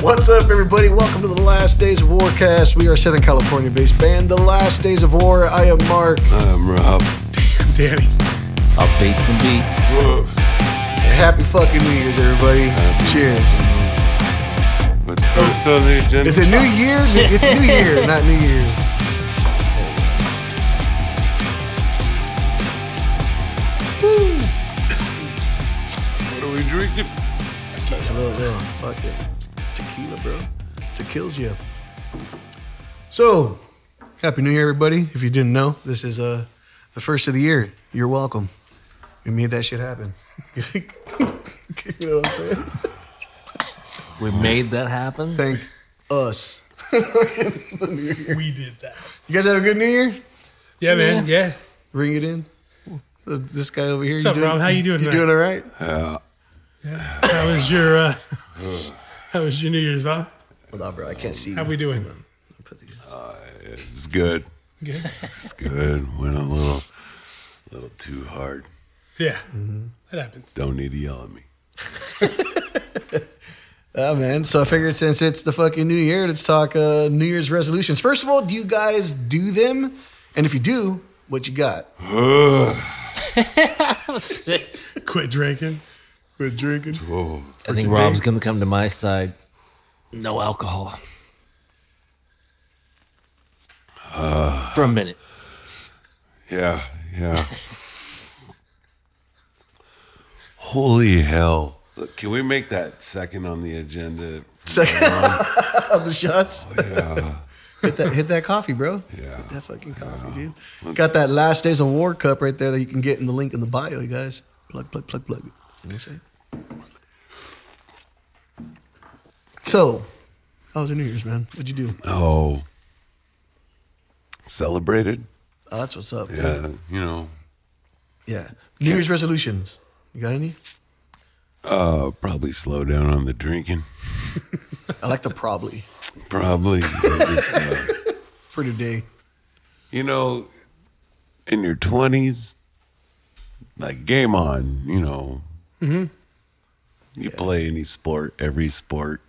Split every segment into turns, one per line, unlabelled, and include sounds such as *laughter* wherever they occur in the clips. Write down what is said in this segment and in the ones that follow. What's up, everybody? Welcome to the Last Days of Warcast. We are a Southern California based band, The Last Days of War. I am Mark.
I'm Rob.
Danny.
Updates and beats.
Happy fucking New Year's, everybody. Cheers.
What's first on the agenda?
Is it New Year? It's New Year, not New Year's.
What are we drinking?
It's a little, little fuck it. Tequila, bro. Tequila's you. So, happy New Year, everybody. If you didn't know, this is uh the first of the year. You're welcome. We made that shit happen. *laughs* you know what I'm saying?
We made that happen.
Thank us.
We did that.
You guys have a good New Year?
Yeah, man. Yeah.
Bring it in. Uh, This guy over here. What's
up, Rob? How you doing
You
tonight?
doing all right?
How was your uh, How was your New Year's, huh?
Hold on, bro. I can't see.
How
You.
we doing?
Put these-
Uh, It's good.
Good.
It's good. Went a little, little too hard.
Yeah. That happens.
Don't need to yell at me.
Oh man. So I figured since it's the fucking New Year, let's talk uh, New Year's resolutions. First of all, do you guys do them? And if you do, what you got?
Quit drinking.
Quit drinking.
Whoa.
I think Rob's gonna come to my side. No alcohol.
Uh.
For a minute.
Yeah, yeah. *laughs* Holy hell. Look, can we make that second on the agenda?
*laughs* the
*laughs*
shots. hit that hit that coffee, bro.
Yeah.
Hit that fucking coffee, dude. Got that last days of war cup right there that you can get in the link in the bio, you guys. Plug, plug, plug, plug. You know what I'm saying? So, how was your New Year's, man? What'd you do?
Oh. Celebrated.
Oh, that's what's up. Yeah.
Yeah, you know,
yeah. New Year's resolutions. You got any?
I'll Uh, probably slow down on the drinking.
I like the probably
Probably. *laughs* Just, uh,
for today.
you know, in your twenties, like game on, you know. You play any sport, every sport.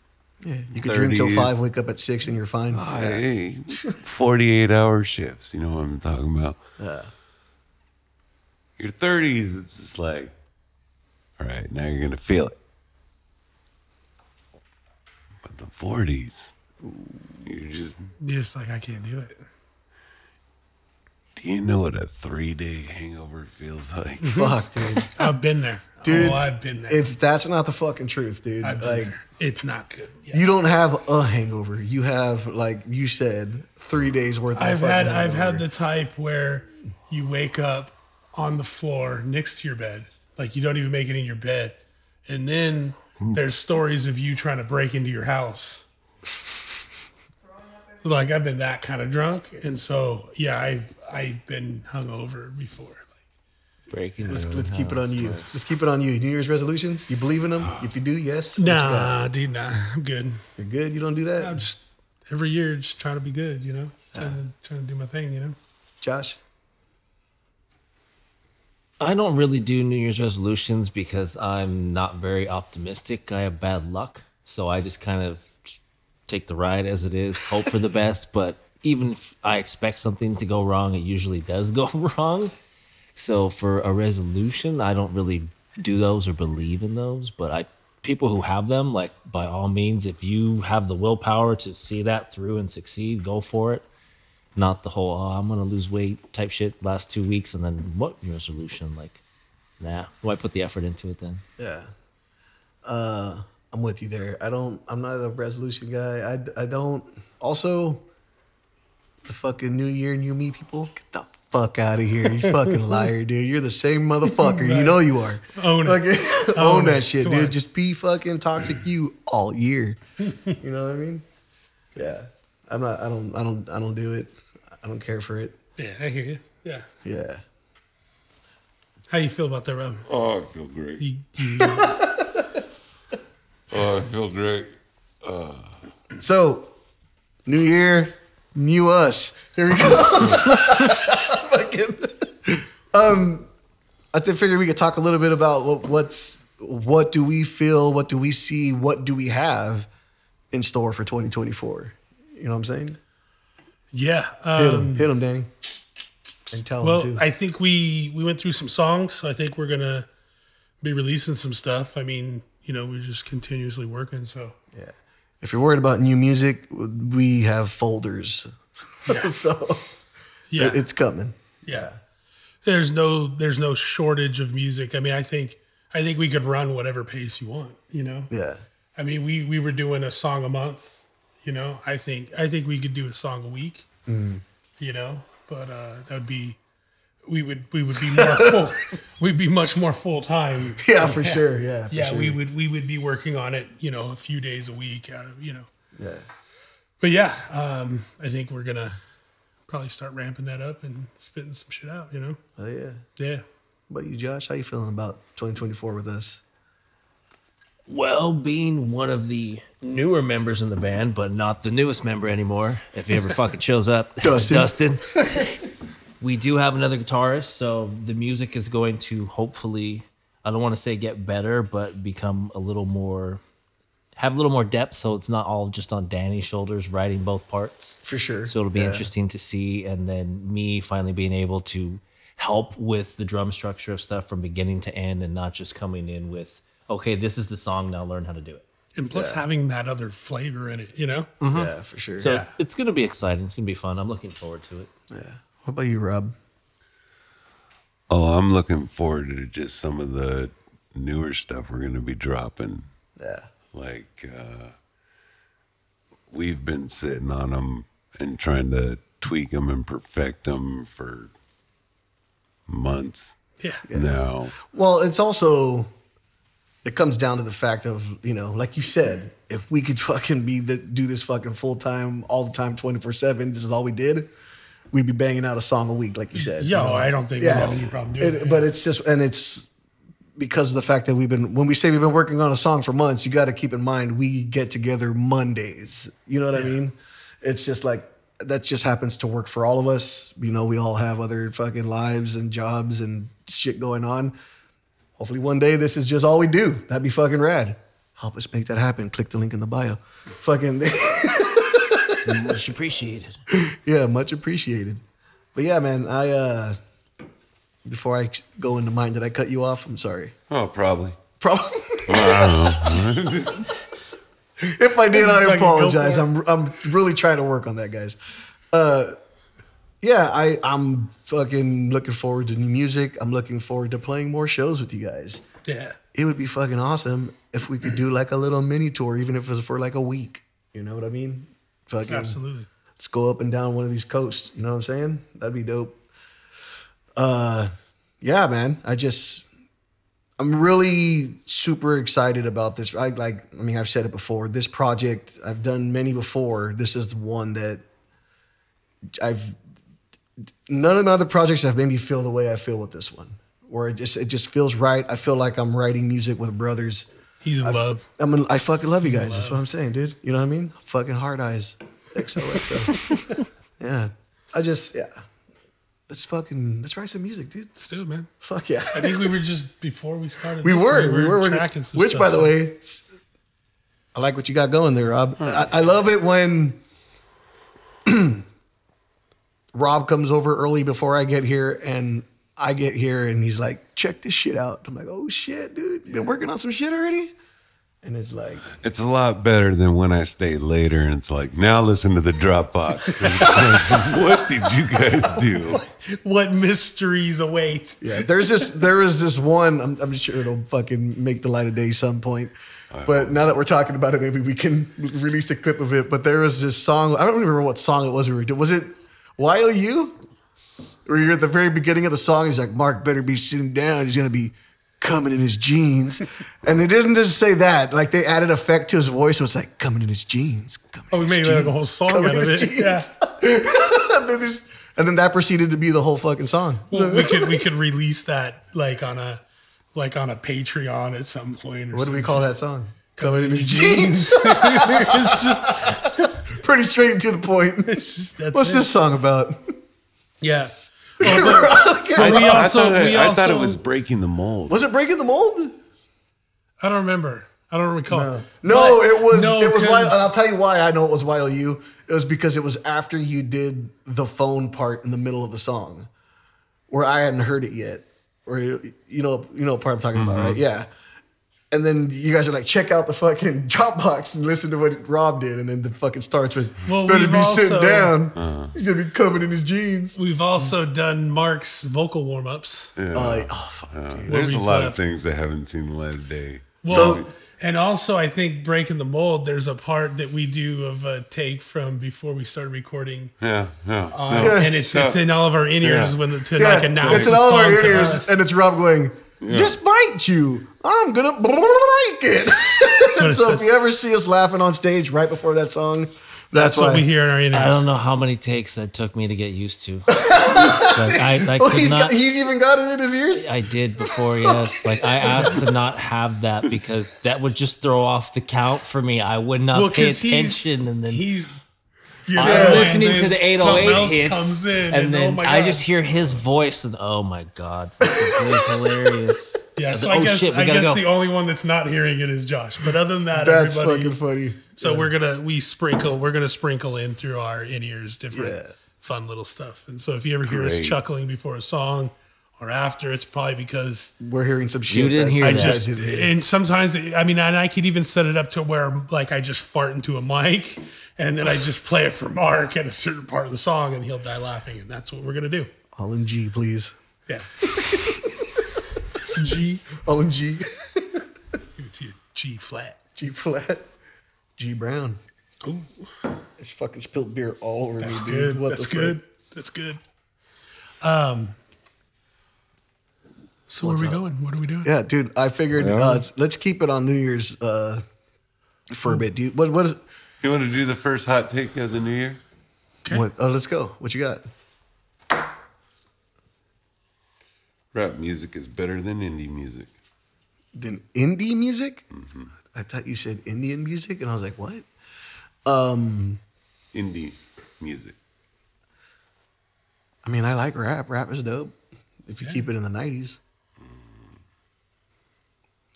Yeah. You could drink till
30s.
five, wake up at six, and you're fine.
Ah. Hey, forty-eight hour shifts. You know what I'm talking about. Your thirties, it's just like, all right, now you're gonna feel it. But the forties, you're just.
You're just like I can't do it.
Do you know what a three-day hangover feels *laughs* like?
Fuck, dude.
I've been there.
Dude,
oh, I've been there.
if that's not the fucking truth, dude,
I've been
like.
there. It's not good. Yeah.
You don't have a hangover. You have, like you said, three days worth. of
I've
fucking
had I've had
hangover.
the type where you wake up on the floor next to your bed, like you don't even make it in your bed, and then there's stories of you trying to break into your house. Like I've been that kind of drunk, and so yeah, I've I've been hungover before. Like,
Breaking.
Let's, let's keep it on you. Let's keep it on you. New Year's resolutions. You believe in them? If you do, yes. What you got?
nah, dude, nah, I'm good.
you're good. You don't do
I'm
that,
just every year just trying to be good, you know, trying, to, trying to do my thing, you know.
Josh.
I don't really do New Year's resolutions because I'm not very optimistic. I have bad luck, so I just kind of take the ride as it is, hope for the best. But even if I expect something to go wrong, it usually does go *laughs* wrong. So for a resolution, I don't really do those or believe in those. But I, people who have them, like by all means, if you have the willpower to see that through and succeed, go for it not the whole oh I'm gonna lose weight type shit last two weeks and then what resolution like nah why put the effort into it then
Yeah. Uh, I'm with you there. I don't. I'm not a resolution guy. I I don't. Also, the fucking New Year, New Me people. Get the fuck out of
*laughs*
here, you fucking liar, dude. You're the same motherfucker. You know you are.
Own it.
Fucking *laughs* own,
Own
that
it.
shit,
Come
dude.
on.
Just be fucking toxic you all
*laughs*
year. You know what I mean? Yeah. I'm not. I don't. I don't. I don't do it. I don't care for it.
Yeah, I hear you. Yeah,
Yeah.
how you feel about that, Rob?
Oh, I feel great. *laughs*
You, you
Oh, I feel great.
So, new year, new us. Here we
*laughs*
go. Fucking. um, I think figured we could talk a little bit about what, what's what do we feel, what do we see, what do we have in store for 2024. You know what I'm saying?
Yeah.
Hit
Um,
him, hit him, Danny, and tell
well,
him too.
I think we we went through some songs. So I think we're gonna be releasing some stuff. I mean, you know, we're just continuously working. So
yeah. If you're worried about new music, we have folders, *laughs* so
yeah,
it's coming.
yeah. There's no there's no shortage of music. I mean, I think I think we could run whatever pace you want. You know.
Yeah,
I mean, we we were doing a song a month. You know, I think I think we could do a song a week.
Mm.
You know, but uh, that would be we would we would be more full, *laughs* we'd be much more full time.
*laughs* yeah, for sure. Yeah, for
Yeah,
sure.
we would we would be working on it. You know, a few days a week out of you know.
Yeah.
But yeah, um, I think we're gonna probably start ramping that up and spitting some shit out. You know.
Oh yeah.
Yeah.
What about you, Josh? How you feeling about 2024 with us?
Well, being one of the newer members in the band, but not the newest member anymore, if *laughs* he ever fucking shows up,
Dustin.
Dustin. we do have another guitarist, so the music is going to hopefully, I don't want to say get better, but become a little more, have a little more depth, so it's not all just on Danny's shoulders writing both parts.
For sure.
So it'll be
Yeah.
interesting to see. And then me finally being able to help with the drum structure of stuff from beginning to end and not just coming in with, okay, this is the song, now learn how to do it.
And plus having that other flavor in it. You know.
Yeah, for sure.
So
Yeah.
it's going to be exciting. It's going to be fun. I'm looking forward to it.
what about you, Rob?
Oh, I'm looking forward to just some of the newer stuff we're going to be dropping.
Yeah.
Like, uh, we've been sitting on them and trying to tweak them and perfect them for months
Yeah.
now.
Well, it's also it comes down to the fact of you know, like you said, if we could *laughs* fucking be the, do this fucking full time, all the time, twenty four seven, this is all we did, we'd be banging out a song a week, like you said.
Yo,
you know?
I don't think we
yeah.
have any problem doing
It-
it.
But it's just and it's because of the fact that we've been when we say we've been working on a song for months, you got to keep in mind we get together Mondays. You know what I mean? It's just like that just happens to work for all of us. You know, we all have other fucking lives and jobs and shit going on. Hopefully one day this is just all we do. That'd be fucking rad. Help us make that happen. Click the link in the bio. Fucking *laughs*
Much appreciated.
yeah, much appreciated. But yeah, man, I uh before I go into mine, did I cut you off? I'm sorry.
Oh, probably.
Probably.
*laughs* I don't know.
*laughs* if I did, I
Fucking go
apologize.
for it.
I'm I'm really trying to work on that, guys. Uh, yeah, I I'm fucking looking forward to new music. I'm looking forward to playing more shows with you guys.
Yeah.
It would be fucking awesome if we could do like a little mini tour, even if it's for like a week. You know what I mean? Fucking
Absolutely.
let's go up and down one of these coasts. You know what I'm saying? That'd be dope. Uh, yeah, man. I just, I'm really super excited about this. I like, I mean, I've said it before. This project, I've done many before. This is the one that I've. None of my other projects have made me feel the way I feel with this one, where it just it just feels right. I feel like I'm writing music with brothers.
He's in love.
I'm in, I fucking love you guys. That's what I'm saying, dude. You know what I mean? Fucking hard eyes. XOXO.
*laughs*
yeah. I just yeah. Let's fucking let's write some music, dude.
Let's do it, man.
Fuck yeah.
I think we were just before we started.
We
this,
were we were
tracking some
which
stuff,
by the
so-
way, it's- I like what you got going there, Rob. I, I love it when *clears throat* Rob comes over early before I get here and I get here and he's like, check this shit out. I'm like, oh shit, dude, you been working on some shit already? And it's like,
It's a lot better than when I stay later and it's like, now listen to the Dropbox. *laughs* And it's like, what did you guys do?
what mysteries await?
Yeah, there's this there is this one. I'm, I'm sure it'll fucking make the light of day some point. But now that we're talking about it, maybe we can release a clip of it. But there was this song. I don't remember what song it was. We were doing. Was it YOU? Where you're at the very beginning of the song, he's like, "Mark better be sitting down. He's gonna be coming in his jeans." and they didn't just say that. Like they added effect to his voice. So it's like coming in his jeans. Coming
Oh, we
in
made
his
like a
jeans,
whole song
coming
out
in
of
his
it.
jeans." *laughs*
Yeah.
and, then this- and then that proceeded to be the whole fucking song.
Well, we could we could release that like on a like on a Patreon at some point. Or
What do we
something.
call that song? Coming in his jeans.
*laughs* it's just,
*laughs* Pretty straight and to the point.
it's just that's
What's
it.
this song about?
Yeah. Well, but-
*laughs*
but we
I
also
thought, it-
we
I
also
thought it was breaking the mold.
Was it Breaking the Mold?
I don't remember. I I don't recall.
No,
But-
it was
no,
it was
'cause-
why, and I'll tell you why I know it was YLU. It was because it was after you did the phone part in the middle of the song, where I hadn't heard it yet, or you you know you know what part I'm talking about,
Mm-hmm.
right? Yeah. And then you guys are like, check out the fucking *laughs* Dropbox and listen to what Rob did, and then the fucking starts with
Well,
better
we've
be sitting
also-
down.
Uh.
He's gonna be coming in his jeans.
We've also done Mark's vocal warm ups.
Uh, oh fuck, dude.
There's a
we've
lot of
left.
things that haven't seen the light of day.
Well,
So-
and also I think breaking the mold. There's a part that we do of a take from before we started recording,
Yeah, yeah.
uh,
yeah.
and it's it's in all of our in ears
Yeah.
when the to
Yeah,
like announce
it's in
the
all of
song
our
to
ears,
us.
and it's Rob going, despite you, I'm gonna break
*laughs*
it. *laughs*
what it
so if
says.
you ever see us laughing on stage right before that song, that's,
That's what
why.
we hear in our in
I don't
ears.
know how many takes that took me to get used
*laughs*
to. but I, I
Oh,
could
he's got,
not.
he's even got it in his ears.
I did before, yes. Like I asked to not have that because that would just throw off the count for me. I would not
Well,
pay
'cause he's-
attention, and then
He's you
I'm
know,
listening
and
to the
then something
808
else
hits,
comes in,
and, then
oh my
I
God.
just hear his voice, and oh my god, it was hilarious.
*laughs* yeah.
was
So
like,
I
oh,
guess
shit, we
I
gotta
guess
go.
the only one that's not hearing it is Josh. But other than that,
That's
everybody.
fucking funny.
so we're gonna we sprinkle we're gonna sprinkle in through our in ears different
Yeah.
fun little stuff. And so if you ever hear
Great.
us chuckling before a song or after, it's probably because
We're hearing some shit.
didn't
that
hear
you
I
that.
guys
just
didn't hear.
and sometimes I mean and I could even set it up to where like I just fart into a mic and then I just play it for Mark at a certain part of the song and he'll die laughing and that's what we're gonna do.
All in G, please.
Yeah.
G, *laughs* all in G,
Give it to you. G flat.
G flat, G brown. Ooh, it's fucking spilled beer all over
That's
me, dude.
good.
What
that's
the fuck?
good. That's good. Um so where are we going? What are we doing?
Yeah, dude. I figured uh, let's keep it on New Year's uh, for a bit. Do you, what? What is?
You want to do the first hot take of the new year?
What? Oh, let's go. What you got?
Rap music is better than indie music.
Then indie music. I thought you said Indian music, and I was like, what?
Indie music.
I mean, I like rap. Rap is dope if you keep it in the '90s.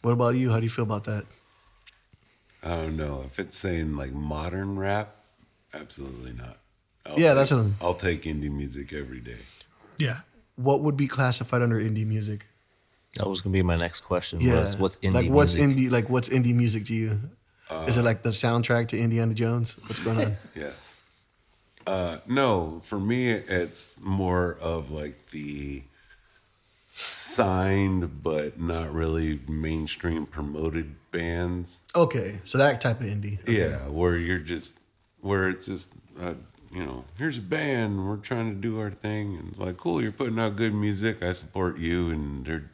What about you? How do you feel about that?
I don't know if it's saying like modern rap. Absolutely not. I'll
Yeah,
take-
that's what I'm-
I'll take indie music every day.
Yeah.
What would be classified under indie music?
That was gonna be my next question.
Yeah,
Was what's indie?
like what's
music?
indie? Like what's indie music to you? is it like the soundtrack to Indiana Jones? What's going on?
Yes. Uh, no, for me, it's more of like the signed but not really mainstream promoted bands.
okay, so that type of indie.
Yeah, where you're just, where it's just, uh, you know, here's a band, we're trying to do our thing. And it's like, cool, you're putting out good music, I support you. And they're,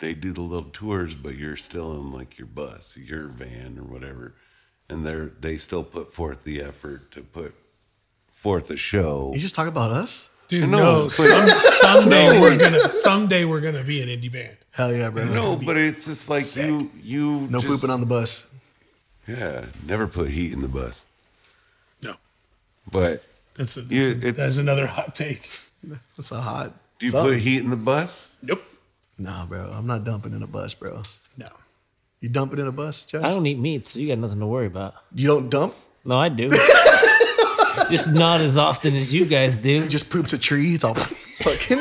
they do the little tours, but you're still in like your bus, your van, or whatever. And they're, they still put forth the effort to put forth a show.
You just talk about us?
Dude,
No, *laughs*
no.
but-
some, someday
No.
we're gonna someday we're gonna be an indie band.
Hell yeah, bro.
No, but it's just like you, you.
No
just,
pooping on the bus. *laughs*
Yeah, never put heat in the bus.
No.
But
That's a, that's,
Yeah,
a-
it's-
that's another hot take.
That's a hot.
do you
Sup?
put heat in the bus?
Nope.
Nah, bro. I'm not dumping in a bus, bro.
No.
You dump it in a bus, Josh?
I don't eat meat, so you got nothing to worry about.
you don't dump?
No,
*laughs*
I do. Just not as often as you guys do.
It just poops a tree. It's all *laughs* fucking.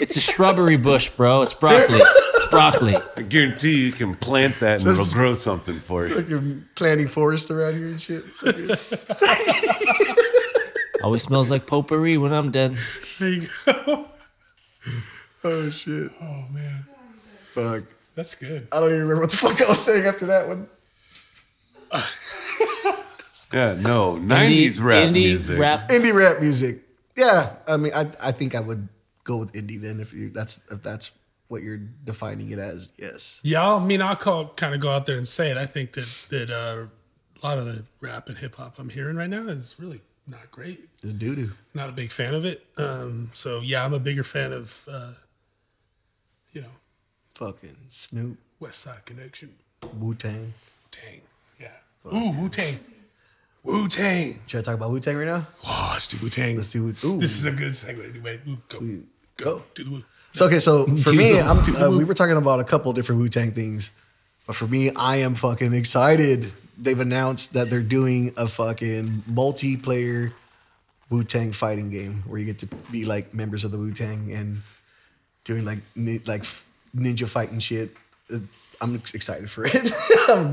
It's a shrubbery bush, bro. It's broccoli. It's broccoli.
I guarantee you can plant that and it'll grow something for you.
You're planting forest around here and shit.
Always smells like potpourri when I'm dead.
There you go. *laughs*
Oh, shit.
Oh man.
Fuck.
That's good.
I don't even remember what the fuck I was saying after that one.
Yeah, no, 90s rap
indie
music.
Rap.
Indie rap music. Yeah. I mean, I, I think I would go with indie then if you that's if that's what you're defining it as. Yes.
Yeah, I mean, I'll call, kind of go out there and say it. I think that that uh, a lot of the rap and hip hop I'm hearing right now is really not great.
It's doo doo.
Not a big fan of it. Um, so yeah, I'm a bigger fan of uh, you know
Fucking Snoop,
West Side Connection.
Wu Tang.
Tang. Yeah. Ooh, Wu Tang. Wu Tang.
Should I talk about Wu Tang right now?
Oh, let's do Wu Tang.
Let's do Wu- ooh.
This is a good segue. Anyway, Woo, go, go, do the Wu.
So okay, so for me,
Choose a-
I'm,
choose a
uh,
Wu.
we were talking about a couple different Wu Tang things, But for me, I am fucking excited. They've announced that they're doing a fucking multiplayer Wu Tang fighting game where you get to be like members of the Wu Tang and doing like ni- like ninja fighting shit. Uh, I'm excited for it.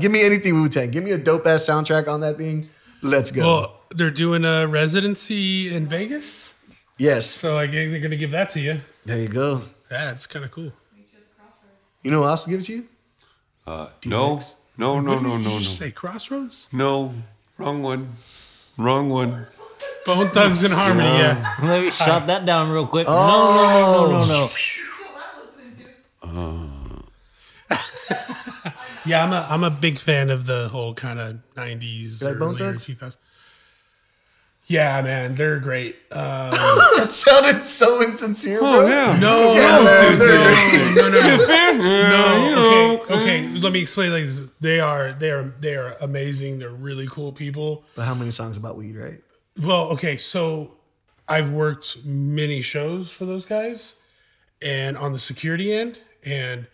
*laughs* Give me anything Wu Tang. Give me a dope ass soundtrack on that thing. Let's go.
Well, they're doing a residency in Vegas,
yes.
so I think they're gonna give that to you.
there you go.
That's kind of cool.
You know what else to give it to you? *laughs*
Uh, no, no, no,
What did
no, no,
you
no,
just Say Crossroads,
no. Wrong one. Wrong one.
Bone Thugs and Harmony. Yeah,
Let me shot that down real quick. No, no, no, no, no, no.
Oh.
yeah. I'm a I'm a big fan of the whole kind of '90s.
You like Bone
earlier
Thugs?
2000s. Yeah, man, they're great. Um,
that sounded so insincere, bro.
Oh yeah.
No,
Yeah, man,
no, no, no, no.
You a fan? Yeah, you
No,
know.
Oh, okay, okay. Let me explain like this. They are, they are, they are amazing. They're really cool people.
But how many songs about weed, right?
Well, okay, so I've worked many shows for those guys, and on the security end, and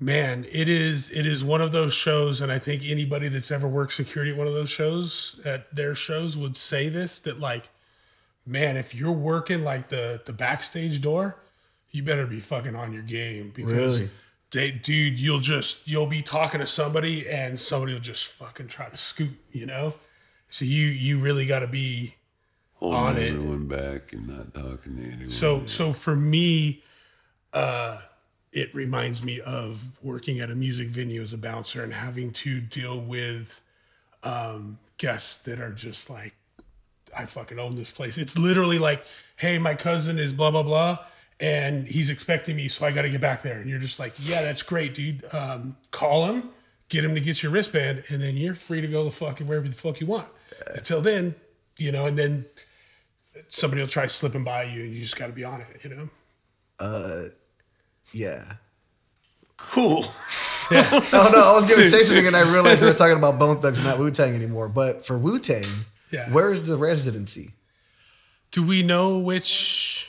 man, it is it is one of those shows, and I think anybody that's ever worked security at one of those shows at their shows would say this that like, man, if you're working like the the backstage door, you better be fucking on your game because.
Really?
They, dude, you'll just you'll be talking to somebody and somebody will just fucking try to scoot, you know. So you you really got to be
Holding
On it.
everyone back and not talking to anyone.
so so for me uh it reminds me of working at a music venue as a bouncer and having to deal with um guests that are just like I fucking own this place. It's literally like, "Hey, my cousin is blah blah blah." And he's expecting me, so I got to get back there. And you're just like, yeah, that's great, dude. Um, call him, get him to get your wristband, and then you're free to go the fuck wherever the fuck you want. Until then, you know, and then somebody will try slipping by you and you just got to be on it you know
Yeah.
cool.
Oh no, I was gonna say something and I realized we were talking about Bone Thugs, not Wu Tang anymore. But for Wu Tang,
Yeah.
where is the residency?
do we know which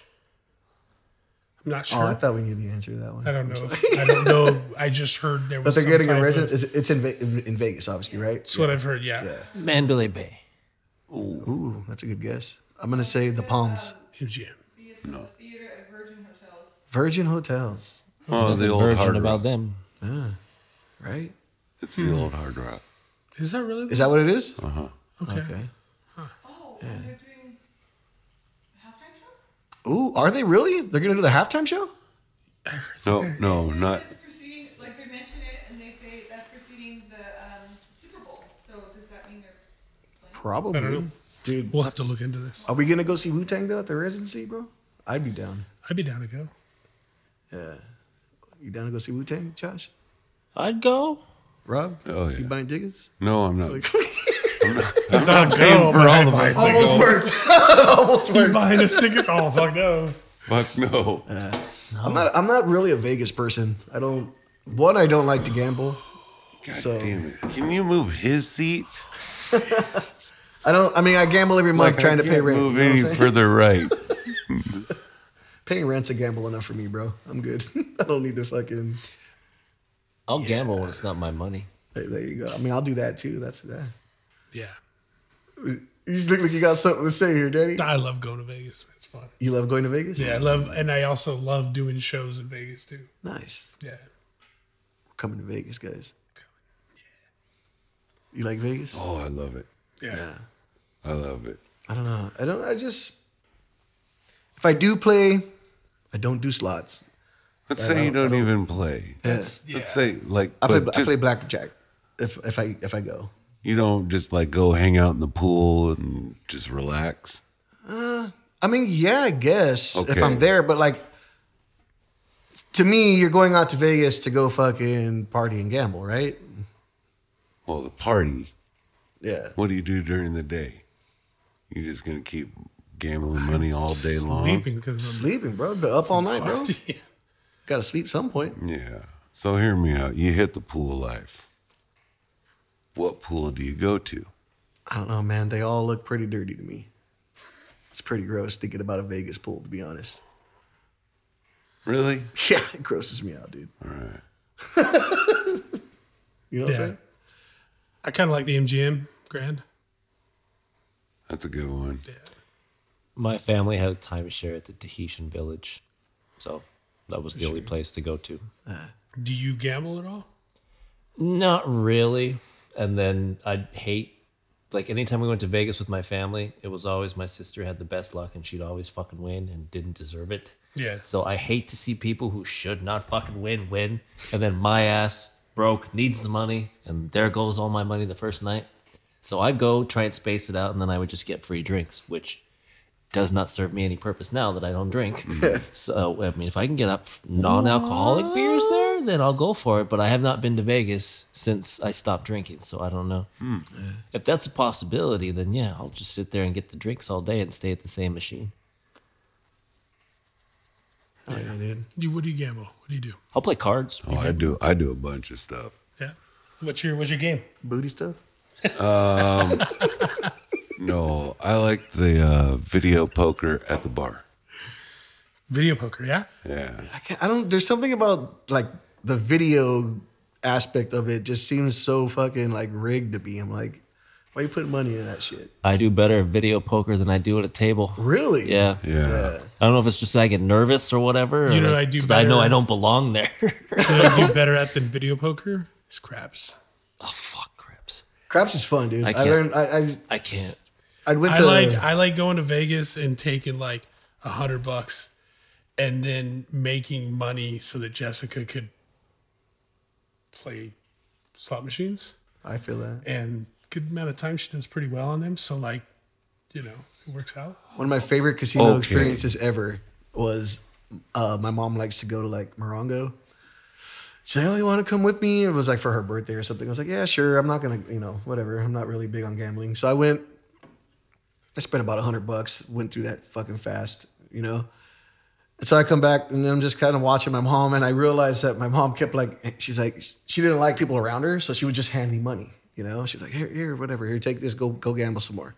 i'm not sure
Oh, I
I,
thought we knew the answer to that one.
don't know if, i don't know i just heard there
But
was
they're
some
getting a
type of-
resident. is- It's in, Ve- in in Vegas, obviously, right?
that's what i've heard yeah,
Mandalay Bay.
Ooh, that's a good guess. I'm gonna say the Palms,
MGM.
No.
Theater at Virgin Hotels.
Virgin Hotels,
Oh, the old
Virgin
hard
about
rock.
them.
right?
It's the old hard rock.
is that really
Is that what it is?
Uh huh.
okay.
Okay.
Oh, and they're doing a halftime show?
Ooh, are they really? They're gonna do the halftime show?
No, no, not.
It's preceding, like they mention it and they say that's preceding the um, Super Bowl. So does that mean they're
Probably,
know.
dude.
we'll have to look into this
Are we gonna go see Wu Tang though at the residency, bro? I'd be down.
i'd be down to go
You down to go see Wu Tang, Josh?
I'd go.
Rob?
Oh, yeah.
You buying *laughs* tickets?
No, I'm not.
i'm not
paying for all of us.
Almost worked. *laughs* Almost worked.
buying us tickets oh fuck no
*laughs*
Fuck no.
Uh, I'm not. I'm not really a Vegas person. I don't. One, I don't like to gamble.
God
So-
damn it. Can you move his seat?
I don't. I mean, I gamble every month
Like, I
trying to pay
can't
rent.
Move
you know what I'm
any
saying?
further
*laughs*
right.
Paying rent's a gamble enough for me, bro. I'm good. *laughs* I don't need to fucking.
I'll gamble when it's not my money.
There, there you go. I mean, I'll do that too. That's that.
yeah
You just look like you got something to say here, Daddy.
i love going to vegas it's fun
You love going to Vegas?
yeah i love and i also love doing shows in vegas too
Nice.
yeah
We're coming to Vegas, guys. You like Vegas?
Oh, I love it.
yeah,
Yeah.
I love it.
I don't know. I don't. I just. If I do play, I don't do slots.
Let's say you don't, even play.
That's.
Let's say like
I play.
but
I
just,
play blackjack. If if I if I go.
you don't just like go hang out in the pool and just relax.
I mean, yeah, I guess if
Okay.
I'm there, but like, to me, you're going out to Vegas to go fucking party and gamble, right?
Well, the party.
Yeah.
What do you do during the day? You just gonna keep gambling money all day long.
sleeping because
Sleeping, bro. But up all night, bro.
i'm *laughs* yeah.
Gotta sleep some point.
Yeah. So hear me out. You hit the pool life. What pool do you go to?
I don't know, man. They all look pretty dirty to me. It's pretty gross thinking about a Vegas pool, to be honest. *laughs*
Really?
Yeah, it grosses me out, dude.
All right.
You know what I'm
Yeah.
saying?
I kind of like the MGM Grand.
That's a good one.
My family had a timeshare at the Tahitian village, so that was the only place to go to.
Do you gamble at all?
Not really. And then I'd hate, like, anytime we went to Vegas with my family, it was always my sister had the best luck and she'd always fucking win and didn't deserve it.
Yeah.
So I hate to see people who should not fucking win win. And then my ass broke, needs the money, and there goes all my money the first night. So I go try and space it out, and then I would just get free drinks, which does not serve me any purpose now that I don't drink. *laughs* so I mean, if I can get up non-alcoholic beers there, then I'll go for it. But I have not been to Vegas since I stopped drinking, so I don't know. If that's a possibility, then yeah, I'll just sit there and get the drinks all day and stay at the same machine.
Hell yeah, dude.
Do what do you gamble? What do you do?
I'll play cards.
Oh, I do. I do a bunch of stuff.
Yeah. What's your What's your game?
Booty stuff.
No, I like the uh, video poker at the bar.
Video poker. Yeah.
Yeah,
I, can't, I don't. There's something about like the video aspect of it just seems so fucking like rigged to be. I'm like, why you putting money in that shit?
I do better at video poker than I do at a table.
Really?
Yeah.
yeah.
I don't know if it's just that I get nervous or whatever.
You
or
know what
like-
I do
'cause I know
better?
I don't belong there.
*laughs*
*laughs*
So I do better at than video poker. It's craps.
oh fuck, craps.
Craps is fun, dude. I,
can't-
learned. I I,
I can't.
I went
I
to
like I like going to Vegas and taking like a hundred bucks, and then making money so that Jessica could play slot machines.
I feel that.
And good amount of time she does pretty well on them. So like, you know, it works out.
One of my favorite casino
Okay.
experiences ever was uh, my mom likes to go to like Morongo. She's like, oh, you want to come with me? It was like for her birthday or something. I was like, yeah, sure. I'm not going to, you know, whatever. I'm not really big on gambling. So I went, I spent about 100 bucks, went through that fucking fast, you know? And so I come back and I'm just kind of watching my mom. And I realized that my mom kept like, she's like, she didn't like people around her. So she would just hand me money, you know? She's like, here, here, whatever. Here, take this. Go, go gamble some more.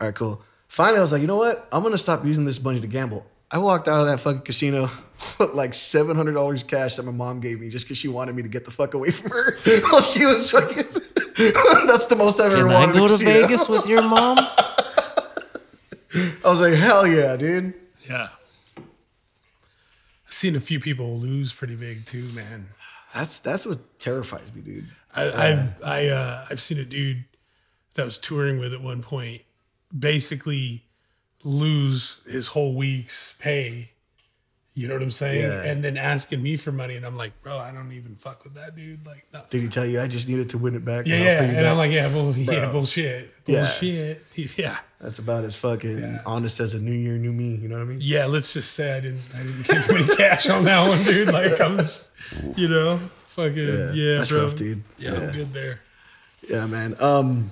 All right, cool. Finally, I was like, you know what? I'm going to stop using this money to gamble. I walked out of that fucking casino *laughs* with like $700 cash that my mom gave me just because she wanted me to get the fuck away from her *laughs* while she was fucking. *laughs* That's the most I've ever
Can I
wanted
go
a
to
casino.
Vegas with your *laughs* mom?
I was like, hell yeah, dude.
Yeah. I've seen a few people lose pretty big too, man.
That's that's what terrifies me, dude.
I, I've I uh, I've seen a dude that I was touring with at one point basically lose his whole week's pay. You know what I'm saying?
Yeah.
And then asking me for money, and I'm like, bro, I don't even fuck with that dude. Like, no.
Did he tell you I just needed to win it back?
yeah,
I'll
yeah.
pay you
And
back?
I'm like, yeah, bull,
*laughs*
yeah,
Bro.
bullshit,
Yeah.
bullshit. *laughs* Yeah,
That's about as fucking
Yeah.
honest as a new year, new me. You know what I mean?
yeah. Let's just say I didn't, I didn't get any *laughs* cash on that one, dude. Like, I was, you know, fucking, yeah,
that's
bro.
rough, dude.
Yeah, I'm good there.
Yeah, man. Um,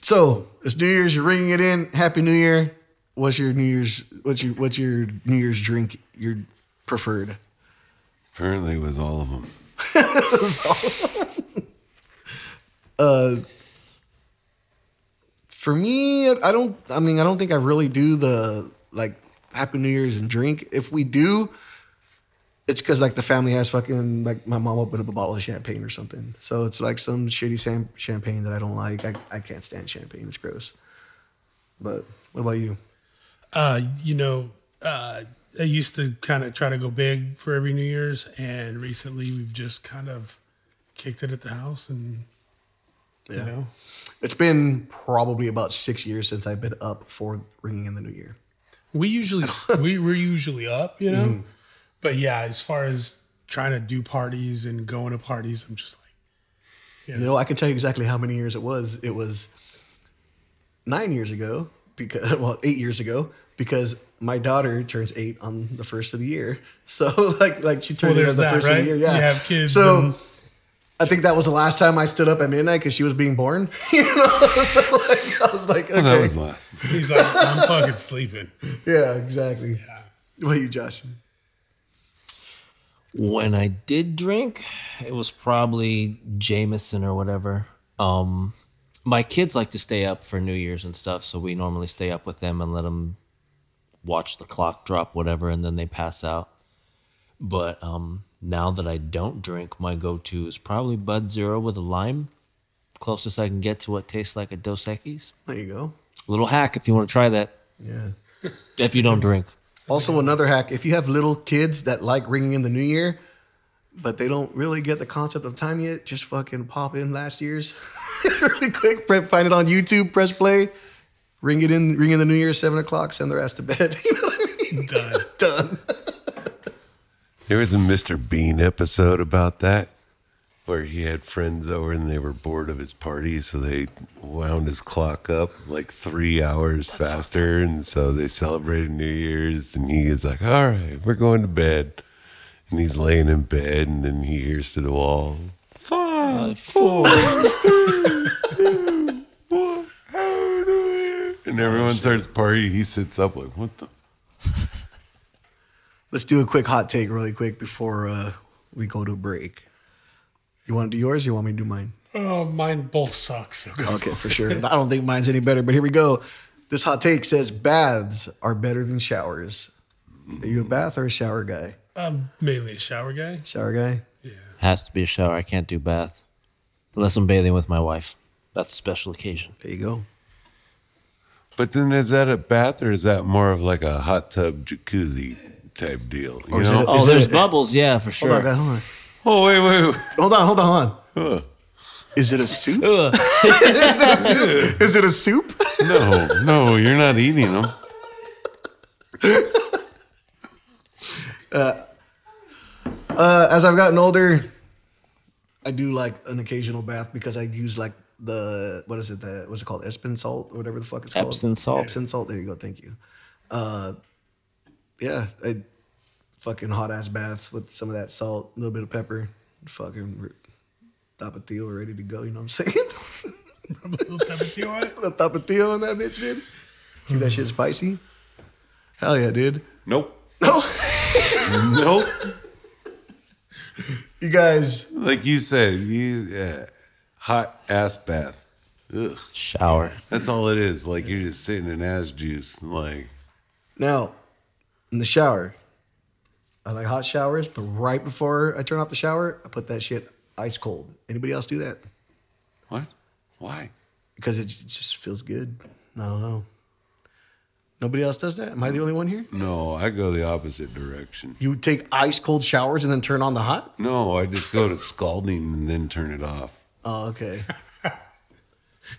so it's New Year's. You're ringing it in. Happy New Year. What's your New Year's? What's your what's your New Year's drink? Your preferred?
Apparently, it was all of them.
For me, I don't. I mean, I don't think I really do the like Happy New Year's and drink. If we do, it's because like the family has fucking like my mom opened up a bottle of champagne or something. So it's like some shitty sam- champagne that I don't like. I, I can't stand champagne. It's gross. But what about you?
uh, you know, uh, I used to kind of try to go big for every New Year's, and recently we've just kind of kicked it at the house, and you know,
It's been probably about six years since I've been up for ringing in the new year.
we usually we we're usually up, you know, but yeah, as far as trying to do parties and going to parties, I'm just like,
You know, I can tell you exactly how many years it was. It was nine years ago because *laughs* well, eight years ago because my daughter turns eight on the first of the year. *laughs* So like like she turned
Well,
eight on
there's
the
that,
first of
right?
the year. Yeah,
You have kids
So
and-
I think that was the last time I stood up at midnight because she was being born. *laughs* you know, so like, I was like, okay,
*laughs* Oh, That was last.
he's like, I'm fucking sleeping.
yeah, exactly. What are you, Josh?
when I did drink, it was probably Jameson or whatever. Um, my kids like to stay up for New Year's and stuff, so we normally stay up with them and let them watch the clock drop, whatever, and then they pass out. But um, Now that I don't drink, my go to is probably Bud Zero with a lime. Closest I can get to what tastes like a Dos Equis.
There you go.
Little hack if you want to try that.
Yeah.
If you don't drink,
Also, another hack if you have little kids that like ringing in the new year, but they don't really get the concept of time yet, just fucking pop in last year's *laughs* really quick. pre- Find it on YouTube, press play, ring it in, ring in the new year, seven o'clock, send their ass to bed. *laughs* you know what I mean?
Done.
Done.
There was a Mr. Bean episode about that where he had friends over and they were bored of his party, so they wound his clock up like three hours faster. And so they celebrated New Year's, and he is like, All right, we're going to bed. And he's laying in bed, and then he hears through the wall, Five, four, three, two, one, Happy New Year. And everyone starts partying. He sits up like, What the?
Let's do a quick hot take, really quick, before uh, we go to break. You want to do yours? Or you want me to do mine?
Oh, mine both suck. So go.
Okay, for sure. *laughs* I don't think mine's any better, but here we go. This hot take says baths are better than showers. Are you a bath or a shower guy?
I'm mainly a shower guy.
Shower guy?
has to be a shower. I can't do bath unless I'm bathing with my wife. That's a special occasion.
There you go.
But then is that a bath or is that more of like a hot tub jacuzzi type deal? You
Or is it
know?
a-
Oh,
there-
there's bubbles. Yeah, for sure.
Hold on, guys, hold on.
oh, wait, wait, wait.
Hold on, hold on, hold on. *laughs* Is it a soup? Is it a soup?
No, no, you're not eating them.
Uh, as I've gotten older, I do like an occasional bath because I use like the what is it the what's it called Espen salt or whatever the fuck it's called
Epsom salt.
Epsom salt. There you go. Thank you. Uh, yeah, I fucking hot ass bath with some of that salt, a little bit of pepper, fucking re- tapatio ready to go. You know what I'm saying? *laughs*
Rub a little Tapatio on it.
a tapatio on that bitch, dude. Keep that shit spicy. Hell yeah, dude.
Nope.
No,
Nope.
you guys.
Like you said, you yeah, hot ass bath. Ugh.
Shower.
That's all it is. Like you're just sitting in ass juice. Like
Now, in the shower, I like hot showers, but right before I turn off the shower, I put that shit ice cold. Anybody else do that?
what? Why?
Because it j- just feels good. I don't know. Nobody else does that? Am I the only one here?
No, I go the opposite direction.
You take ice cold showers and then turn on the hot?
No, I just go to scalding and then turn it off.
Oh, okay.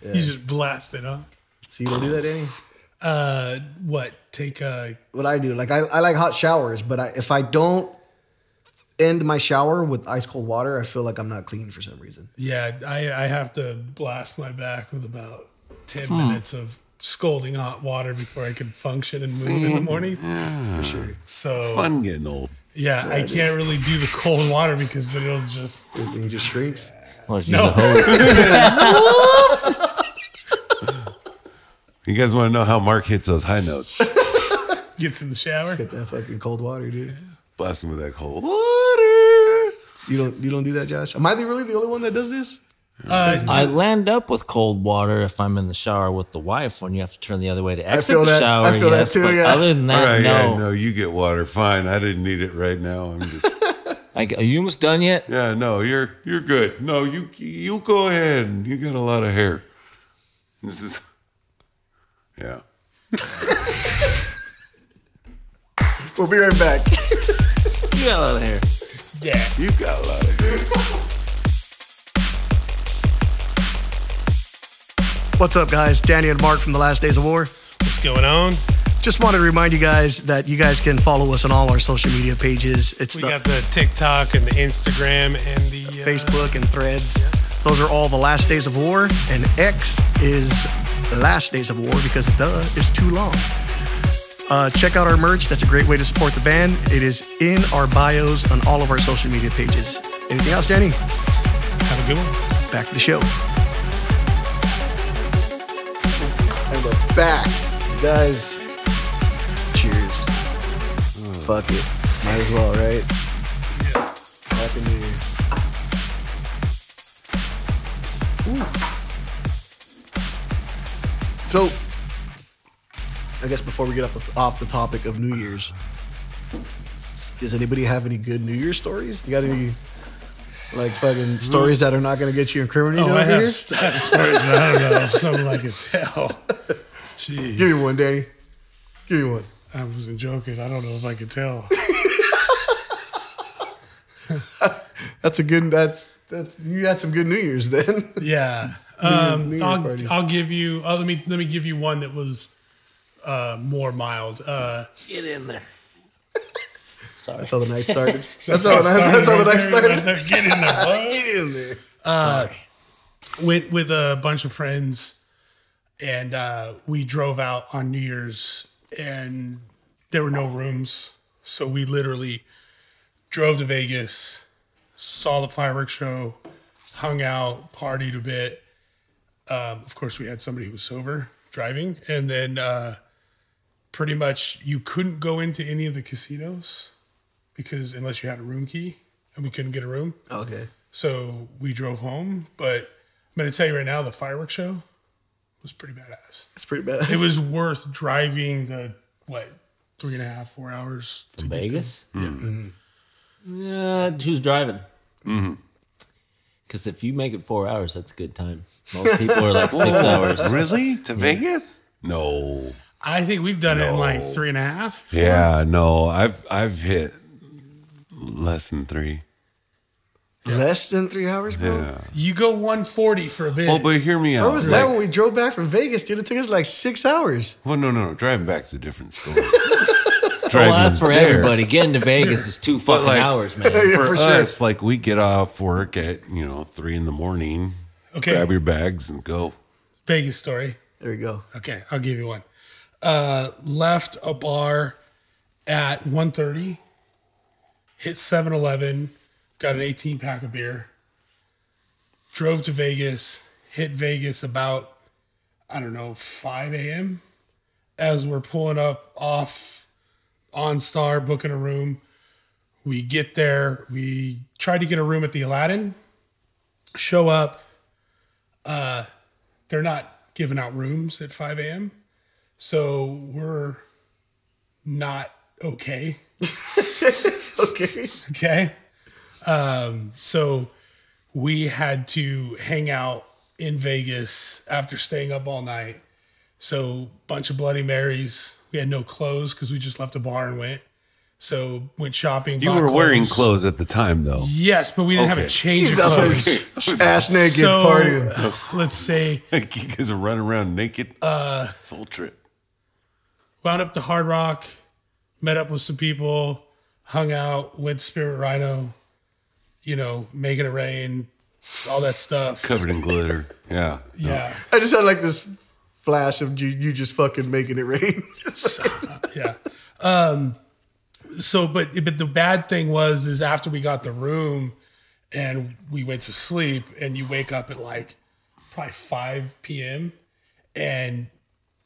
You just blast it, huh?
So you don't do that, Danny?
Uh, what? Take a
What I do, like I, I like hot showers, but I, if I don't end my shower with ice cold water, I feel like I'm not clean for some reason. *laughs*
yeah. I I have to blast my back with about ten
Hmm.
minutes of scalding hot water before I can function and move in the morning.
For sure.
So
Fun getting old.
yeah, I can't really do the cold water because then it'll just
Everything just shrinks.
Well, she's
No.
a
*laughs*
host.
You guys want to know how Mark hits those high notes?
gets in the shower.
Get that fucking cold water, dude.
Blast him with that cold water.
You don't you don't do that, Josh? Am I the, really the only one that does this?
Uh,
I land up with cold water if I'm in the shower with the wife when you have to turn the other way to exit
feel
the
that.
shower.
I feel that
yes,
too,
but
yeah.
Other than
All
that,
right,
no.
yeah, no, you get water. Fine, I didn't need it right now. I'm just,
Like, are you almost done yet?
yeah, no, you're you're good. No, you you go ahead. You got a lot of hair. This is, yeah.
We'll be right back.
You got out of here.
yeah.
You got a lot of hair.
What's up, guys? Danny and Mark from the Last Days of War.
What's going on?
Just wanted to remind you guys that you guys can follow us on all our social media pages. It's
We
the
got the TikTok and the Instagram and the uh,
Facebook and Threads. Those are all the Last Days of War, and X is Last Days of War because the is too long. Uh, check out our merch. That's a great way to support the band. It is in our bios on all of our social media pages. Anything else, Danny?
Have a good one.
back to the show. And we're back, you guys. Cheers. Fuck it. Might as well, right? Happy New Year. So, I guess before we get off the, off the topic of New Year's, Does anybody have any good New Year's stories? You got any like fucking stories that are not going to get you incriminated
Oh,
over
I have,
here?
I have stories, but I don't know. Something
*laughs*
like as hell. Jeez.
Give me one, Danny. Give me one.
I wasn't joking. I don't know if I could tell.
That's a good. That's that's you had some good New Year's then.
*laughs* Yeah.
New
Um,
Year parties.
I'll, I'll give you. Oh, let me let me give you one that was uh, more mild. Uh,
Get in there. Sorry.
That's how the
*laughs*
night started. That's how the night- that's how the night started. *laughs*
Get in there, bud.
Get in there.
Sorry.
went with a bunch of friends and uh, we drove out on New Year's and there were no rooms. So we literally drove to Vegas, saw the fireworks show, hung out, partied a bit. Um, of course, we had somebody who was sober driving. And then uh, pretty much you couldn't go into any of the casinos because unless you had a room key and we couldn't get a room.
Okay.
So we drove home, but I'm going to tell you right now, the fireworks show was pretty badass.
That's pretty bad.
It was worth driving the what three and a half, four hours. To get
Vegas? Yeah, who's driving? Because if you make it four hours, that's a good time. Most people are like six
*laughs*
hours.
Really? To Vegas? No.
to- I think we've done it in like three and a half.
Yeah, no. I've I've hit less than three.
*laughs* Less than three hours, bro.
Yeah.
You go 140 for a bit.
Well, Oh, but hear me out.
Where was that
Like-
when we drove back from Vegas, dude? It took us like six hours.
Well, no, no, no. Driving back's a different
*laughs*
story.
Well,
Driving
that's for
there,
everybody. Getting to Vegas is two fucking
like-
hours, man.
For,
for sure.
us, like we get off work at you know three in the morning.
Okay.
Grab your bags and go.
Vegas story.
There you
*laughs*
go.
Okay, I'll give you one. Uh, left a bar at 1.30, hit 7-Eleven, got an 18 pack of beer, drove to Vegas, hit Vegas about, I don't know, 5 a.m. As we're pulling up off OnStar, booking a room, we get there. We tried to get a room at the Aladdin, show up, uh, they're not giving out rooms at 5 a.m. So we're not okay.
*laughs* Okay.
Okay. Um, so we had to hang out in Vegas after staying up all night. So bunch of Bloody Marys. We had no clothes because we just left a bar and went. So went shopping.
You
bought
were wearing clothes at the time, though.
Yes, but we didn't have a
Okay.
change
He's
of
out there
clothes.
*laughs* ass naked
So
partying.
*sighs* let's say
*laughs* Like you guys are running around naked. Uh, it's whole trip.
wound up to Hard Rock, met up with some people, hung out, went to Spirit Rhino, you know, making it rain, all that stuff.
covered in glitter. Yeah.
Yeah,
I just had like this flash of you, you just fucking making it rain. *laughs*
yeah. Um, so, but but the bad thing was is after we got the room, and we went to sleep, and you wake up at like probably five p.m. and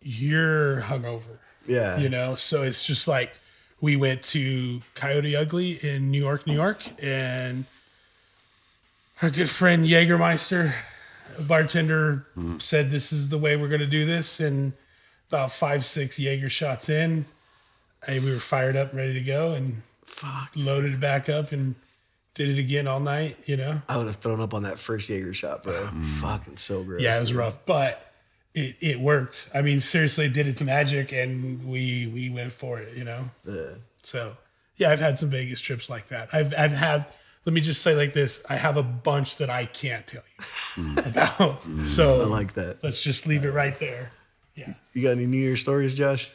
you're hungover.
yeah.
you know so it's just like we went to coyote ugly in new york new york and our good friend jägermeister a bartender said this is the way we're going to do this and about five six jaeger shots in hey, we were fired up and ready to go and loaded it back up and did it again all night you know
I would have thrown up on that first Jaeger shot, bro. Fucking so gross.
yeah it was rough but it, it worked i mean seriously it did its magic and we we went for it you know
Yeah.
So yeah, I've had some Vegas trips like that. I've I've had let me just say like this, I have a bunch that I can't tell you
*laughs*
about. So
Mm. I like that.
let's just leave it right there. Yeah.
You got any New Year's stories, Josh?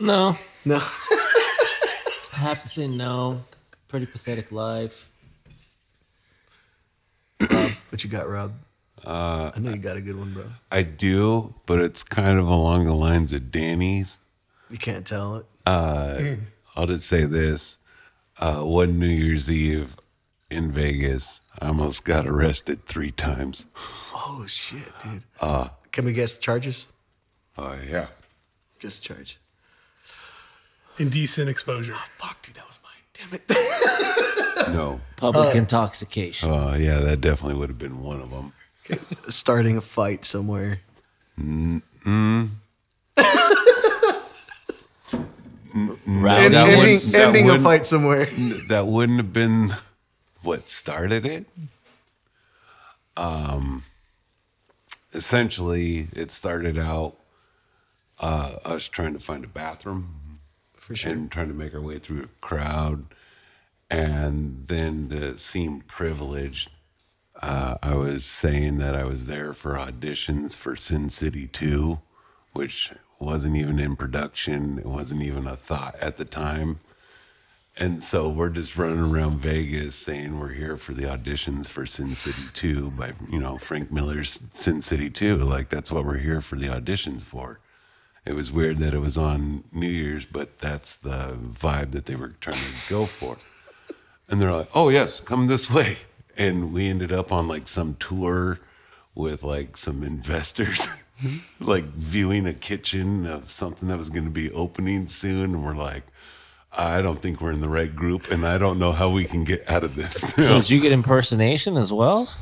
No,
No.
*laughs* I have to say no. Pretty pathetic life.
What you got, Rob? I know you got a good one, bro.
I do, but it's kind of along the lines of Danny's.
You can't tell it.
I'll just say this. Uh, one New Year's Eve in Vegas, I almost got arrested three times.
Oh shit, dude. Can we guess charges?
Oh, yeah.
Just charge.
Indecent exposure.
Fuck, dude, that was mine. Damn it.
No.
Public intoxication.
Oh, yeah, that definitely would have been one of them.
starting a fight somewhere.
round
End-
out
that
ending
was- that
ending a
wouldn't-
fight somewhere. *laughs*
that wouldn't have been what started it. Um, essentially, it started out uh, us trying to find a bathroom
For
and trying to make our way through a crowd, and then to seem privileged. Uh, I was saying that I was there for auditions for Sin City 2, which wasn't even in production. It wasn't even a thought at the time. And so we're just running around Vegas saying we're here for the auditions for Sin City 2 by, you know, Frank Miller's Sin City 2. Like, that's what we're here for the auditions for. It was weird that it was on New Year's, but that's the vibe that they were trying to go for. And they're like, oh, yes, come this way. And we ended up on like some tour with like some investors, *laughs* like viewing a kitchen of something that was going to be opening soon. And we're like, I don't think we're in the right group. And I don't know how we can get out of this. *laughs*
So did you get impersonation as well?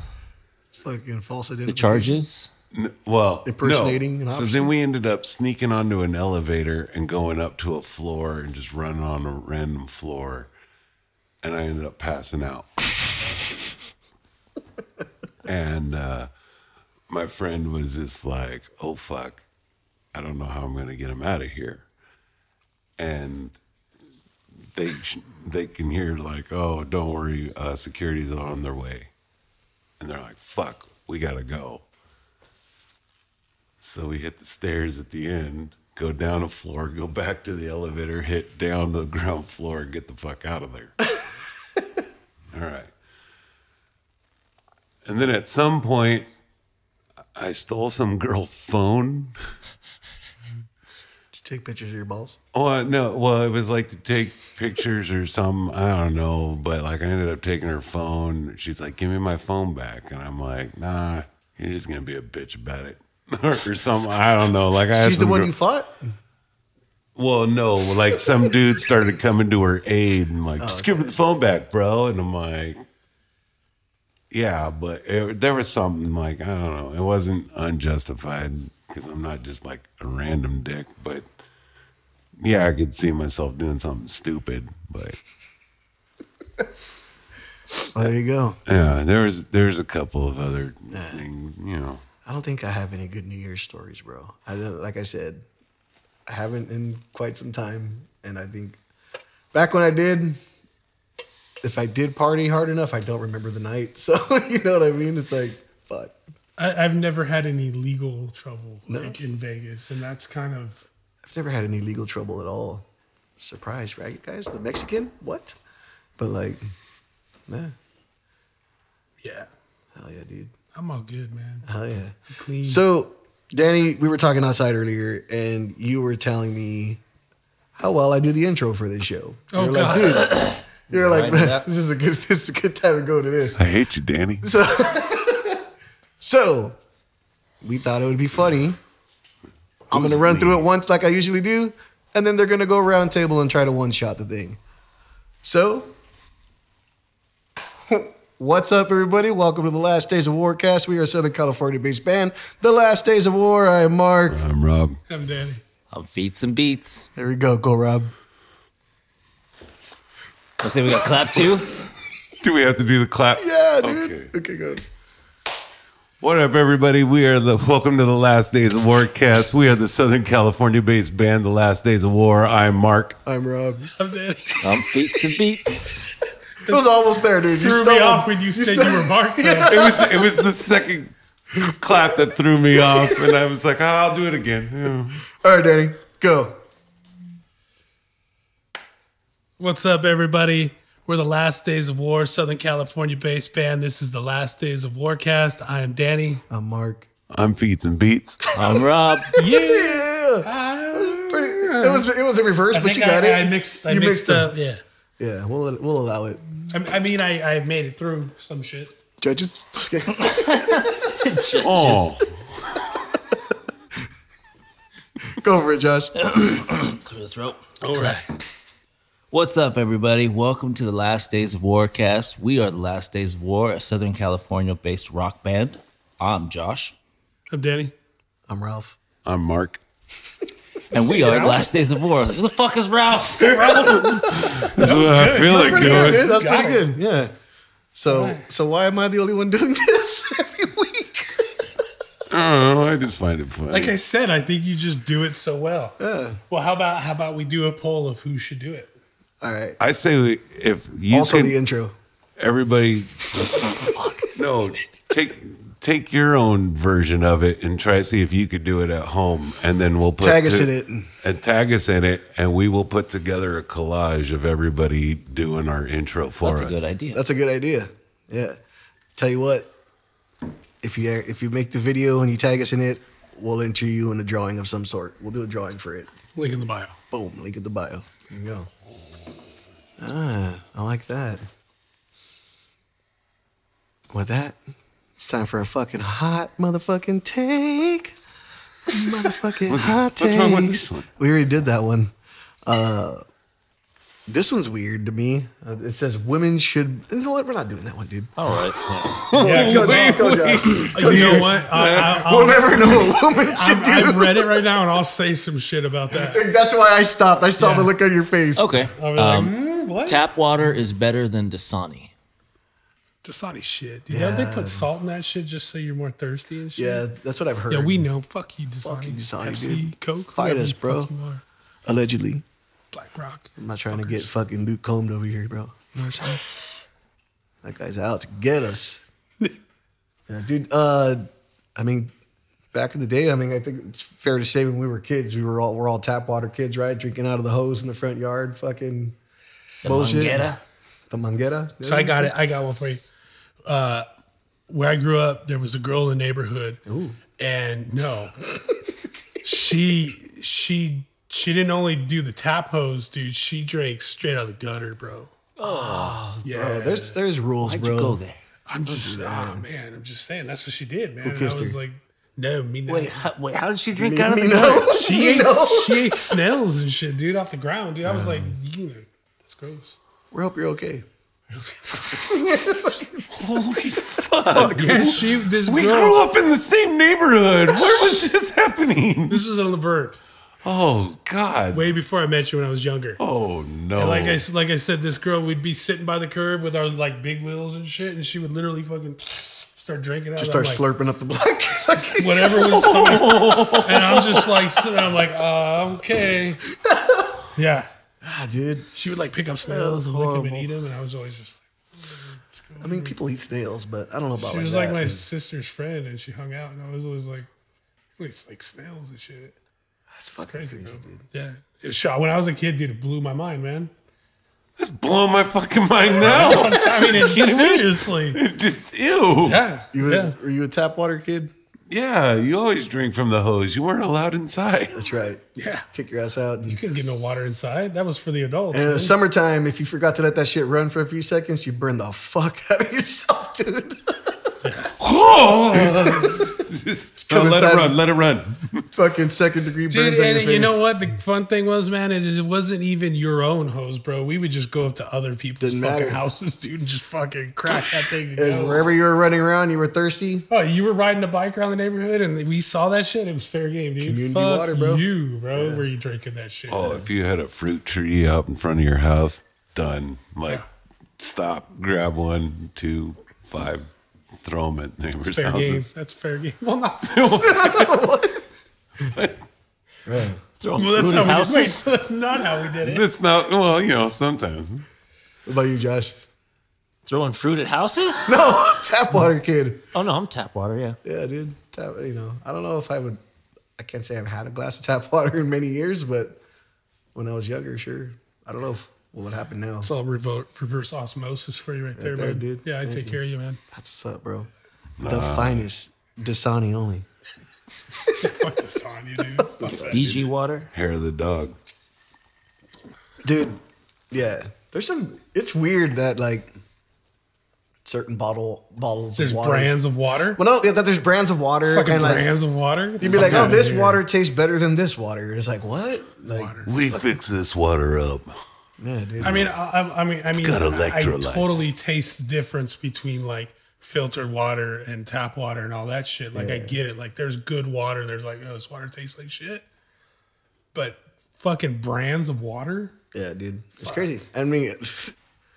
Fucking false
The
identity.
charges?
Well,
Impersonating an
No. So
option?
then we ended up sneaking onto an elevator and going up to a floor and just running on a random floor, and I ended up passing
*laughs*
out. and uh, my friend was just like, "Oh fuck, I don't know how I'm gonna get him out of here," and they they can hear like, "Oh, don't worry, uh, security's on their way," and they're like, "Fuck, we gotta go." So we hit the stairs at the end, go down a floor, go back to the elevator, hit down the *laughs* ground floor, and get the fuck out of
*laughs*
there. All right. And then at some point, I stole some girl's phone.
Take pictures of your balls.
Oh uh, no! Well, it was like to take pictures or something. I don't know, but like I ended up taking her phone. She's like, "Give me my phone back," and I'm like, "Nah, you're just gonna be a bitch about it." *laughs* or something. I don't know. Like I had
She's the
some
one
girl-
you fought.
Well, no, like some dude started coming to her aid and like, just give her the phone back, bro. And I'm like, yeah, but it, there was something like, I don't know. It wasn't unjustified because I'm not just like a random dick, but yeah, I could see myself doing something stupid. But
Oh, there you go.
yeah, there was, there's a couple of other things, you know.
I don't think I have any good New Year's stories, bro. I don't- like I said, I haven't in quite some time, and I think back when I did, if I did party hard enough, I don't remember the night. *laughs* So you know what I mean? It's like fuck.
I, I've never had any legal trouble like in Vegas, and that's kind of
I've never had any legal trouble at all. Surprise, right, guys? The Mexican? What? But like, nah,
yeah.
hell yeah, dude,
I'm all good,
*laughs*
man.
hell yeah.
Clean.
So, Danny, we were talking outside earlier, and you were telling me how well I do the intro for this show.
Oh,
you're
God.
like, dude, you're like, *laughs*
Right, that-
this is a good, this is a good time to go to this.
I hate you, Danny.
So, we thought it would be funny. I'm gonna run through it once, like I usually do, and then they're gonna go round table and try to one shot the thing. So, *laughs* What's up, everybody? Welcome to the Last Days of War cast. We are a Southern California based band, The Last Days of War. I am Mark.
I'm Rob.
I'm Danny.
I'm feats and beats.
There we go. Go, Rob.
I say we got clap too.
Do we have to do the clap?
Yeah, dude.
Okay.
Okay, good.
What up, everybody? We are the welcome to the Last Days of War cast. We are the Southern California based band, The Last Days of War. I'm Mark.
I'm Rob.
I'm Danny.
I'm feats and beats.
It was almost there, dude. You
Threw me
stole
off
him.
when you, said you were
*laughs*
Mark. though.
It was it was the second clap that threw me off, and I was like, "Ah, I'll do it again. Yeah.
All right, Danny, go.
What's up, everybody? We're the Last Days of War, Southern California based band. This is the Last Days of Warcast. I
*laughs*
am Danny.
I'm Mark.
I'm Feeds and Beats.
I'm Rob.
Yeah.
Yeah. Pretty, it was it was in reverse,
I
but
think
you got
I,
it.
I mixed. I
You mixed
mixed,
them.
up. Yeah.
Yeah, we'll we'll allow it.
I, I mean, I, I made it through some shit.
Judges, Just kidding.
Oh,
*laughs* go for it, Josh.
*laughs* Clear the throat.
All right.
What's up, everybody? Welcome to the Last Days of War cast. We are the Last Days of War, a Southern California based rock band. I'm Josh.
I'm Danny.
I'm Ralph.
I'm Mark.
and we are the last days of war. I was like, Who the fuck is Ralph?
That's what I feel like
Pretty good,
doing.
dude. That's pretty good. Yeah. So, so why am I the only one doing *laughs* this every week?
I don't know. I just find it funny.
Like I said, I think you just do it so well. Well, how about how about we do a poll of who should do it?
All right.
I say we- if you
also,
can,
the intro.
everybody, no, take take your own version of it and try to see if you could do it at home, and then we'll put
Tag us
to-
in it.
and tag us in it, and we will put together a collage of everybody doing our intro for
That's a
us.
good idea.
That's a good idea. Yeah. Tell you what, if you if you make the video and you tag us in it, we'll enter you in a drawing of some sort. We'll do a drawing for it.
Link in the bio.
Boom. Link in the bio. There you go. Ah, I like that. With that, it's time for a fucking hot motherfucking take. Motherfucking hot
what's
takes.
wrong with this one?
We already did that one. Uh, this one's weird to me. Uh, it says women should. You know what? We're not doing that one, dude.
Oh.
All right.
*laughs* Yeah, 'cause-
Go, go, Josh.
you know what? I,
We'll never know what
*laughs*
women should do.
have read it right now, and I'll say some shit
*laughs*
about that.
That's why I stopped. I saw
Yeah.
the look on your face.
Okay.
I'll be like,
Um,
"Mm, what?
tap water is better than Dasani.
Dasani shit. Dude, Don't they put salt in that shit just so you're more thirsty and shit?
Yeah, that's what I've heard.
Yeah, we know. Fuck you, Dasani.
Fuck you, Dasani,
Pepsi,
dude.
Coke.
Fight
whatever
us,
the fuck
bro.
you are.
allegedly.
Black Rock.
I'm not trying to get fucking Luke combed over here, bro.
Northside.
That guy's out to get us. yeah, dude. Uh, I mean, back in the day, I mean, I think it's fair to say when we were kids, we were all we're all tap water kids, right? Drinking out of the hose in the front yard, fucking bullshit.
Manguera.
The manguera.
So I got it. I got one for you. Uh, where I grew up, there was a girl in the neighborhood, and no, she she she didn't only do the tap hose, dude. She drank straight out of the gutter, bro. Oh, yeah.
Bro, there's there's rules,
Why'd
bro.
you go there?
I'm just oh man, I'm just saying that's what she did, man. And I
kissed
was
her?
like, no, me no.
Wait, how, wait, how did she drink out of
Me *laughs*
the
know.
she ate she ate snails and shit, dude, off the ground, dude. I was like, you know, that's gross.
We hope you're okay.
Yeah, she this
We
girl.
grew up in the same neighborhood. Where was this happening?
This was in Laverne,
Oh God!
way before I met you when I was younger.
Oh no!
Like I s- like I said, this girl would be sitting by the curb with our like big wheels and shit, and she would literally fucking start drinking. out
Just
of it.
start
I'm
slurping
like,
up the block. *laughs*
whatever was. something. and I'm just like sitting. there, I'm like, uh, okay, yeah.
ah, dude.
She would like pick up snails and lick them and eat them, and I was always just.
I mean, people eat snails, but I don't know about
She
like
was
that.
like my sister's friend, and she hung out, and I was always like, it's like snails and shit.
That's fucking
Crazy,
crazy.
bro.
dude.
Yeah, it was shot. When I was a kid, dude, it blew my mind, man.
it's blowing my fucking mind now.
*laughs* I mean, it, *laughs* seriously.
Just ew.
Yeah,
You were,
yeah.
were you a tap water kid?
Yeah, you always drink from the hose. You weren't allowed inside.
That's right.
Yeah.
Kick your ass out. And,
You couldn't get no water inside. That was for the adults.
in the
man.
summertime, if you forgot to let that shit run for a few seconds, you burn the fuck *laughs* out of yourself, dude. *laughs*
*laughs* Just
come
let
inside.
it run. Let it run.
fucking second degree burns
Dude,
on your
and
face.
you know what? The fun thing was, man, it, it wasn't even your own hose, bro. We would just go up to other people's
Didn't
fucking
matter.
houses, dude, and just fucking crack that thing. and
And
go.
wherever you were running around, you were thirsty.
Oh, you were riding a bike around the neighborhood, and we saw that shit. It was fair game, dude.
Community
Fuck
water, bro.
You, bro, were you drinking that shit?
Oh, if you had a fruit tree out in front of your house, done. Like, stop, grab one, two, five, throw them at neighbors'
fair game.
houses.
That's fair game. Well, not.
Throwing
Well, that's
food
how
in
we did.
houses?
Wait, that's not how we did it.
That's not well, you know. Sometimes
What about you, Josh? *laughs*
Throwing fruit at houses?
No, *laughs* tap water kid.
Oh no, I'm tap water. Yeah.
Yeah, dude. Tap. You know, I don't know if I would. I can't say I've had a glass of tap *laughs* water in many years, but when I was younger, sure. I don't know if what would happen now.
It's all revo- reverse osmosis for you right there,
there,
man.
dude.
Yeah, I
Thank
take
you.
care of you, man.
That's what's up, bro. The finest Dasani only.
*laughs* Fuck this on
*laughs*
you, dude.
Fiji water.
hair of the dog.
Dude, yeah. There's some it's weird that like certain bottle bottles
There's
of water.
brands of water.
Well no, yeah, that there's brands of water
Fucking
and like
brands of water.
you'd be like, "Oh, this water tastes better than this water." It's like, "What?" Like,
We fix this water up.
yeah, dude.
I mean, I, I- I mean, I mean,
got
I- I
electrolytes.
totally taste the difference between like filtered water and tap water and all that shit. Like, I get it. Like, there's good water. There's like, oh, this water tastes like shit. but fucking brands of water.
Yeah, dude. It's crazy. I mean,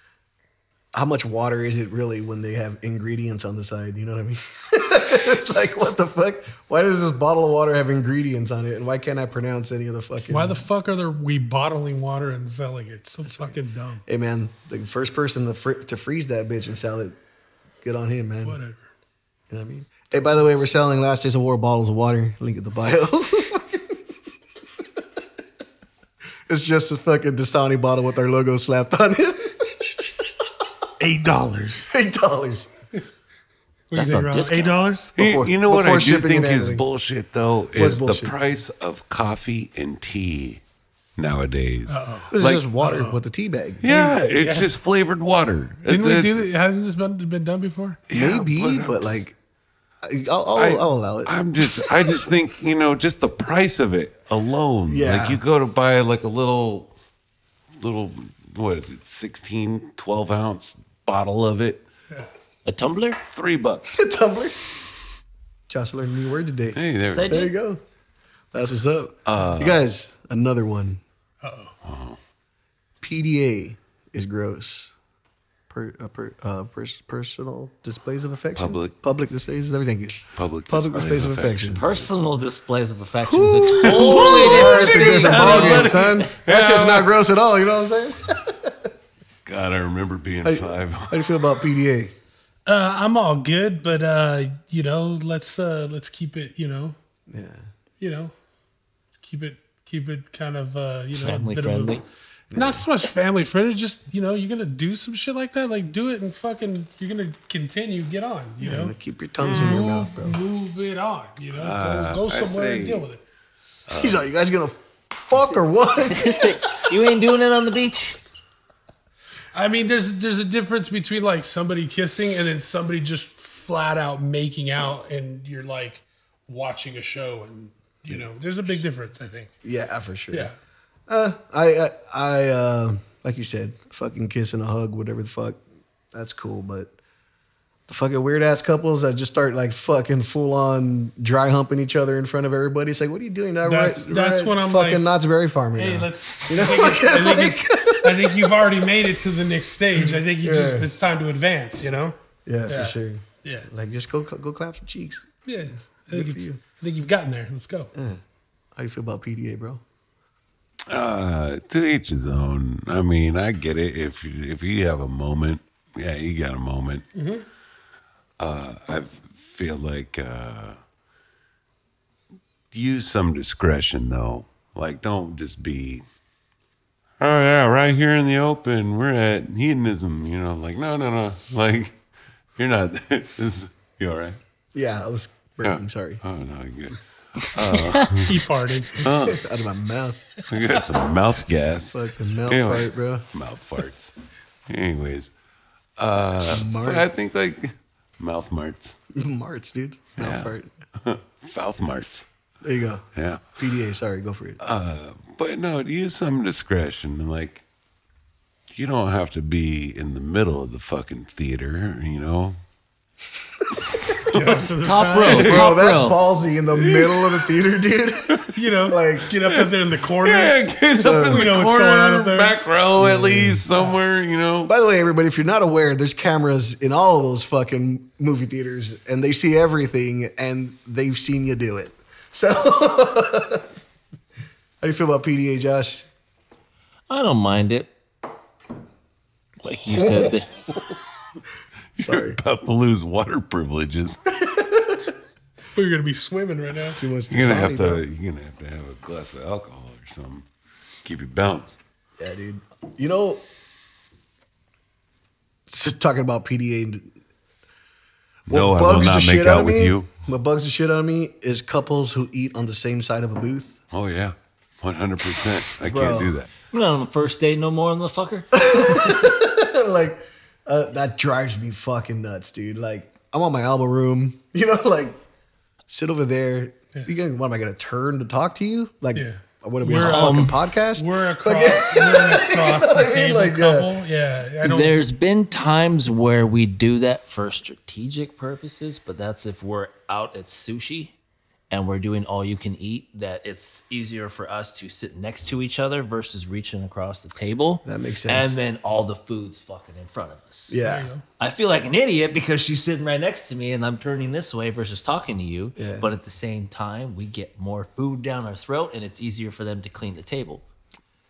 *laughs* how much water is it really when they have ingredients on the side? You know what I mean? *laughs* it's like, what the fuck? Why does this bottle of water have ingredients on it? And why can't I pronounce any of the fucking.
Why the fuck are there we bottling water and selling it? So fucking dumb.
hey, man, the first person to, fr- to freeze that bitch and sell it, good on him, man.
Whatever.
You know what I mean? Hey, by the way, we're selling Last Days of War bottles of water. Link at the bio. *laughs* it's just a fucking Dasani bottle with our logo slapped on it.
Eight
*laughs*
dollars.
$8.
What
That's
do you
a
think, Rob?
discount.
Eight dollars.
You-
Before-
you know what I
before
do
shipping
think
and
is
handling.
bullshit though is
bullshit.
the price of coffee and tea nowadays.
This
Like-
is just water with a tea bag.
Yeah, it's just flavored water.
Didn't
It's-
we
it's-
do that? Hasn't this been, been done before?
yeah,
Maybe,
I'm
but,
just-
like, I- I'll, I'll, I, will i will allow Oh, *laughs* it.
I'm just, I just think you know, just the price of it alone.
Yeah.
Like you go to buy like a little, little, what is it, 16, 12 ounce bottle of it,
A tumbler?
*laughs*
three bucks.
Tumbler. Josh learned a new word today.
Hey there.
Said
There you go. That's what's up.
Uh,
you guys, another one. Uh-huh. Uh-oh. PDA is gross. Per, uh, per, uh, pers- personal displays of affection.
Public.
Public displays of everything.
Public
Public
displays
displays
of
of affection.
Personal displays of affection is a totally
That's a
different thing.
different ballgame, son. That's just not gross at all. You know what I'm saying?
God, I remember being five.
How do you feel about PDA?
Uh, I'm all good, but uh, you know, let's uh, let's keep it, you know,
Yeah.
you know, keep it keep it kind of uh, you know, a
*laughs* Family
bit of a-
friendly.
not so much family friendly. Just you know, you're gonna do some shit like that. Like do it and fucking, you're gonna continue. Get on, you know,
Keep your tongues in your mouth, bro.
move, move it on. You know,
Uh,
go, go
I
somewhere and
say-
deal with it.
He's like, you guys gonna fuck or
*laughs*
what?
You ain't doing it on the beach.
I mean, there's there's a difference between like somebody kissing and then somebody just flat out making out, and you're like watching a show, and you know, there's a big difference. I think.
yeah, for sure.
Yeah.
Uh, I, I, I uh, like you said, fucking kiss and a hug, whatever the fuck. That's cool, but the fucking weird ass couples that just start like fucking full on dry humping each other in front of everybody. It's like, what are you doing? Now,
That's-
right,
that's
right,
when I'm
fucking
like,
Knott's Berry Farm.
Hey,
Hey, now.
let's. I, think *laughs* it's- I think it's- I think you've already made it to the next stage. I think you just
Yeah.
it's time to advance. You know.
yeah, for
yeah.
sure.
Yeah.
Like, just go, go clap some cheeks.
Yeah. I
Good
think,
for
it's,
you.
I think you've gotten there. Let's go.
How do you feel about PDA, bro?
Uh, to each his own. I mean, I get it. If you, if you have a moment, yeah, you got a moment. Uh, I feel like uh, use some discretion though. Like, don't just be. Oh yeah, right here in the open, we're at hedonism. You know, like no, no, no. *laughs* Like, you're not. *laughs* this, you all right?
Yeah, I was burping. Sorry,
Oh no, you're good.
He farted.
out of my mouth.
I got some mouth gas.
Fucking mouth
Anyway.
fight, bro.
mouth farts. Anyways, but I
Marts,
think like *laughs* mouth marts,
marts, dude. Mouth
Yeah.
fart.
mouth marts.
There you go.
Yeah,
PDA. Sorry, go for it.
but no, use some discretion. and, Like, you don't have to be in the middle of the fucking theater. You know,
Top row.
Bro,
top
that's
row.
ballsy in the middle of the theater, dude. *laughs*
*laughs* You know,
Like,
get up in there in the corner.
yeah, get up in
We
the
know what's
corner,
going on up there.
back row at least somewhere. You know,
By the way, everybody, if you're not aware, there's cameras in all of those fucking movie theaters, and they see everything, and they've seen you do it. So, *laughs* how do you feel about PDA, Josh?
I don't mind it. Like
*laughs*
you said, the,
Sorry,
about to lose water privileges.
We're gonna be swimming right now.
too much.
You're gonna
Dasani,
have
bro.
to. You're gonna have to have a glass of alcohol or something. Keep you balanced.
Yeah, dude. You know, just talking about PDA. What
No, I will
bugs the
not
shit
make
out
out
of
with
me-
you.
What bugs the shit out of me is couples who eat on the same side of a booth.
Oh yeah, one hundred percent. I
Bro.
can't do that.
I'm not on the first date no
*laughs*
more, motherfucker.
like uh, that drives me fucking nuts, dude. Like I'm on my elbow room, *laughs* you know, like sit over there. You gonna what am I gonna turn to talk to you? Like
Yeah.
what are we
We're,
on a
um,
fucking podcast?
We're *laughs* across. we're an across
what
the
I mean?
table
Like, uh,
couple. Yeah, I don't.
There's been times where we do that for strategic purposes, but that's if we're out at sushi and we're doing all you can eat, that it's easier for us to sit next to each other versus reaching across the table.
That makes sense.
And then all the food's fucking in front of us.
Yeah.
I feel like an idiot because she's sitting right next to me and I'm turning this way versus talking to you.
Yeah.
But at the same time, we get more food down our throat and it's easier for them to clean the table.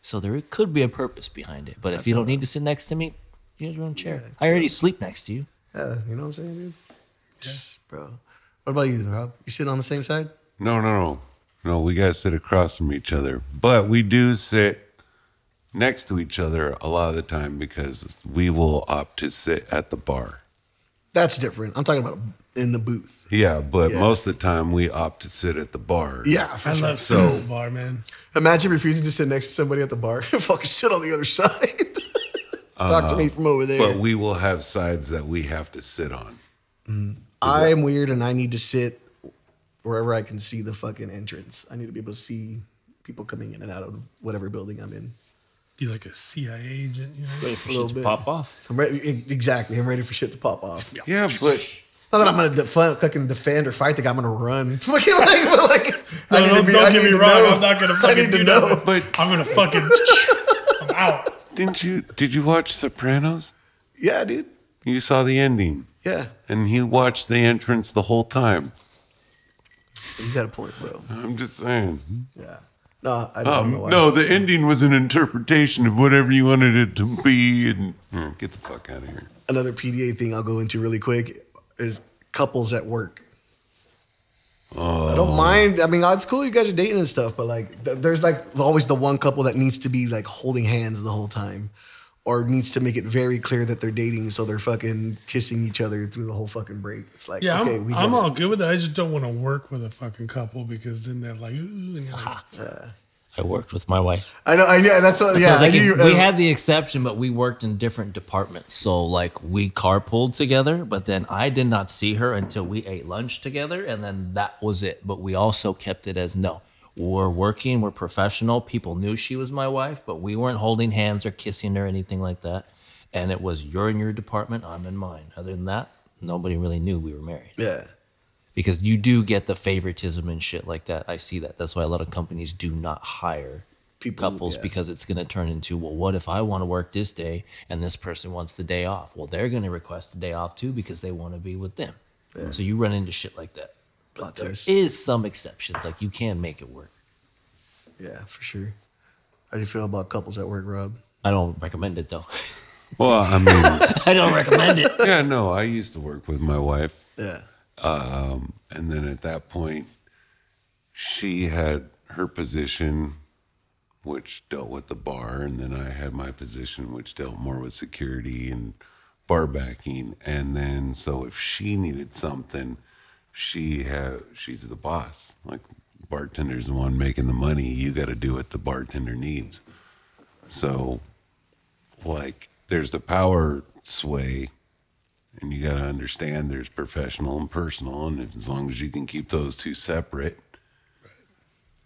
So there could be a purpose behind it. But if you don't need to sit next to me, you have your own chair. I already sleep next to you.
Yeah, you know what I'm saying, dude? Bro. What about you, Rob? You sit on the same side?
No, no, no. No, we got to sit across from each other. But we do sit next to each other a lot of the time because we will opt to sit at the bar.
That's different. I'm talking about in the booth.
Yeah, but
Yeah.
most of the time we opt to sit at the bar.
Yeah, for
I
sure.
love so bar man.
Imagine refusing to sit next to somebody at the bar. *laughs* Fucking sit on the other side. *laughs* Talk to me from over there.
But we will have sides that we have to sit on.
I am weird and I need to sit wherever I can see the fucking entrance. I need to be able to see people coming in and out of whatever building I'm in.
Be like a CIA agent. You know?
Wait for
little
shit to
bit.
pop off.
I'm ready. e- Exactly. I'm ready for shit to pop off.
Yeah, but
Not that I'm gonna def- fucking defend or fight the guy. I'm gonna run. *laughs* Fucking like, but like, I
No,
need to
don't,
be- I
don't get
need
me
to
wrong.
know.
I'm not
*laughs*
gonna
I
fucking
need
do
to know.
nothing.
But-
I'm gonna fucking.
*laughs*
I'm out.
didn't you did you watch Sopranos?
Yeah, dude.
You saw the ending.
Yeah,
And he watched the entrance the whole time.
you got a point, bro.
Uh-huh.
I'm just saying.
Yeah. No, I don't know
Um,
why.
no, the ending was an interpretation of whatever you wanted it to be. And Mm, get the fuck out of here.
Another PDA thing I'll go into really quick is couples at work. I
Oh.
don't mind. I mean, it's cool you guys are dating and stuff, but like, th- there's like always the one couple that needs to be like holding hands the whole time, or needs to make it very clear that they're dating, so they're fucking kissing each other through the whole fucking break. It's like,
Yeah,
okay,
I'm,
we get
I'm
it.
all good with it. I just don't want to work with a fucking couple because then they're like, ooh, and you're like,
I worked with my wife.
I know. I know. That's what.
So
Yeah,
it's like
I knew uh,
if-
you-
we had the exception, but we worked in different departments. So like we carpooled together, but then I did not see her until we ate lunch together, and then that was it. But we also kept it as no. We're working, we're professional. People knew she was my wife, but we weren't holding hands or kissing or anything like that. And it was you're in your department, I'm in mine. Other than that, nobody really knew we were married
Yeah.
because you do get the favoritism and shit like that. I see that. That's why a lot of companies do not hire
People,
couples
yeah.
because it's going to turn into, well, what if I want to work this day and this person wants the day off? Well, they're going to request the day off too because they want to be with them. So you run into shit like that.
Plot
There
twist.
is some exceptions. Like you can make it work.
Yeah, for sure. How do you feel about couples at work, Rob?
I don't recommend it though. *laughs*
Well, I mean,
I don't recommend it.
*laughs* yeah, no, I used to work with my wife.
Yeah. *laughs*
And then at that point, she had her position, which dealt with the bar. And then I had my position, which dealt more with security and bar backing. And then, so if she needed something, she had, she's the boss. Like, bartender's the one making the money. You got to do what the bartender needs. So, like, there's the power sway and you got to understand there's professional and personal and if, as long as you can keep those two separate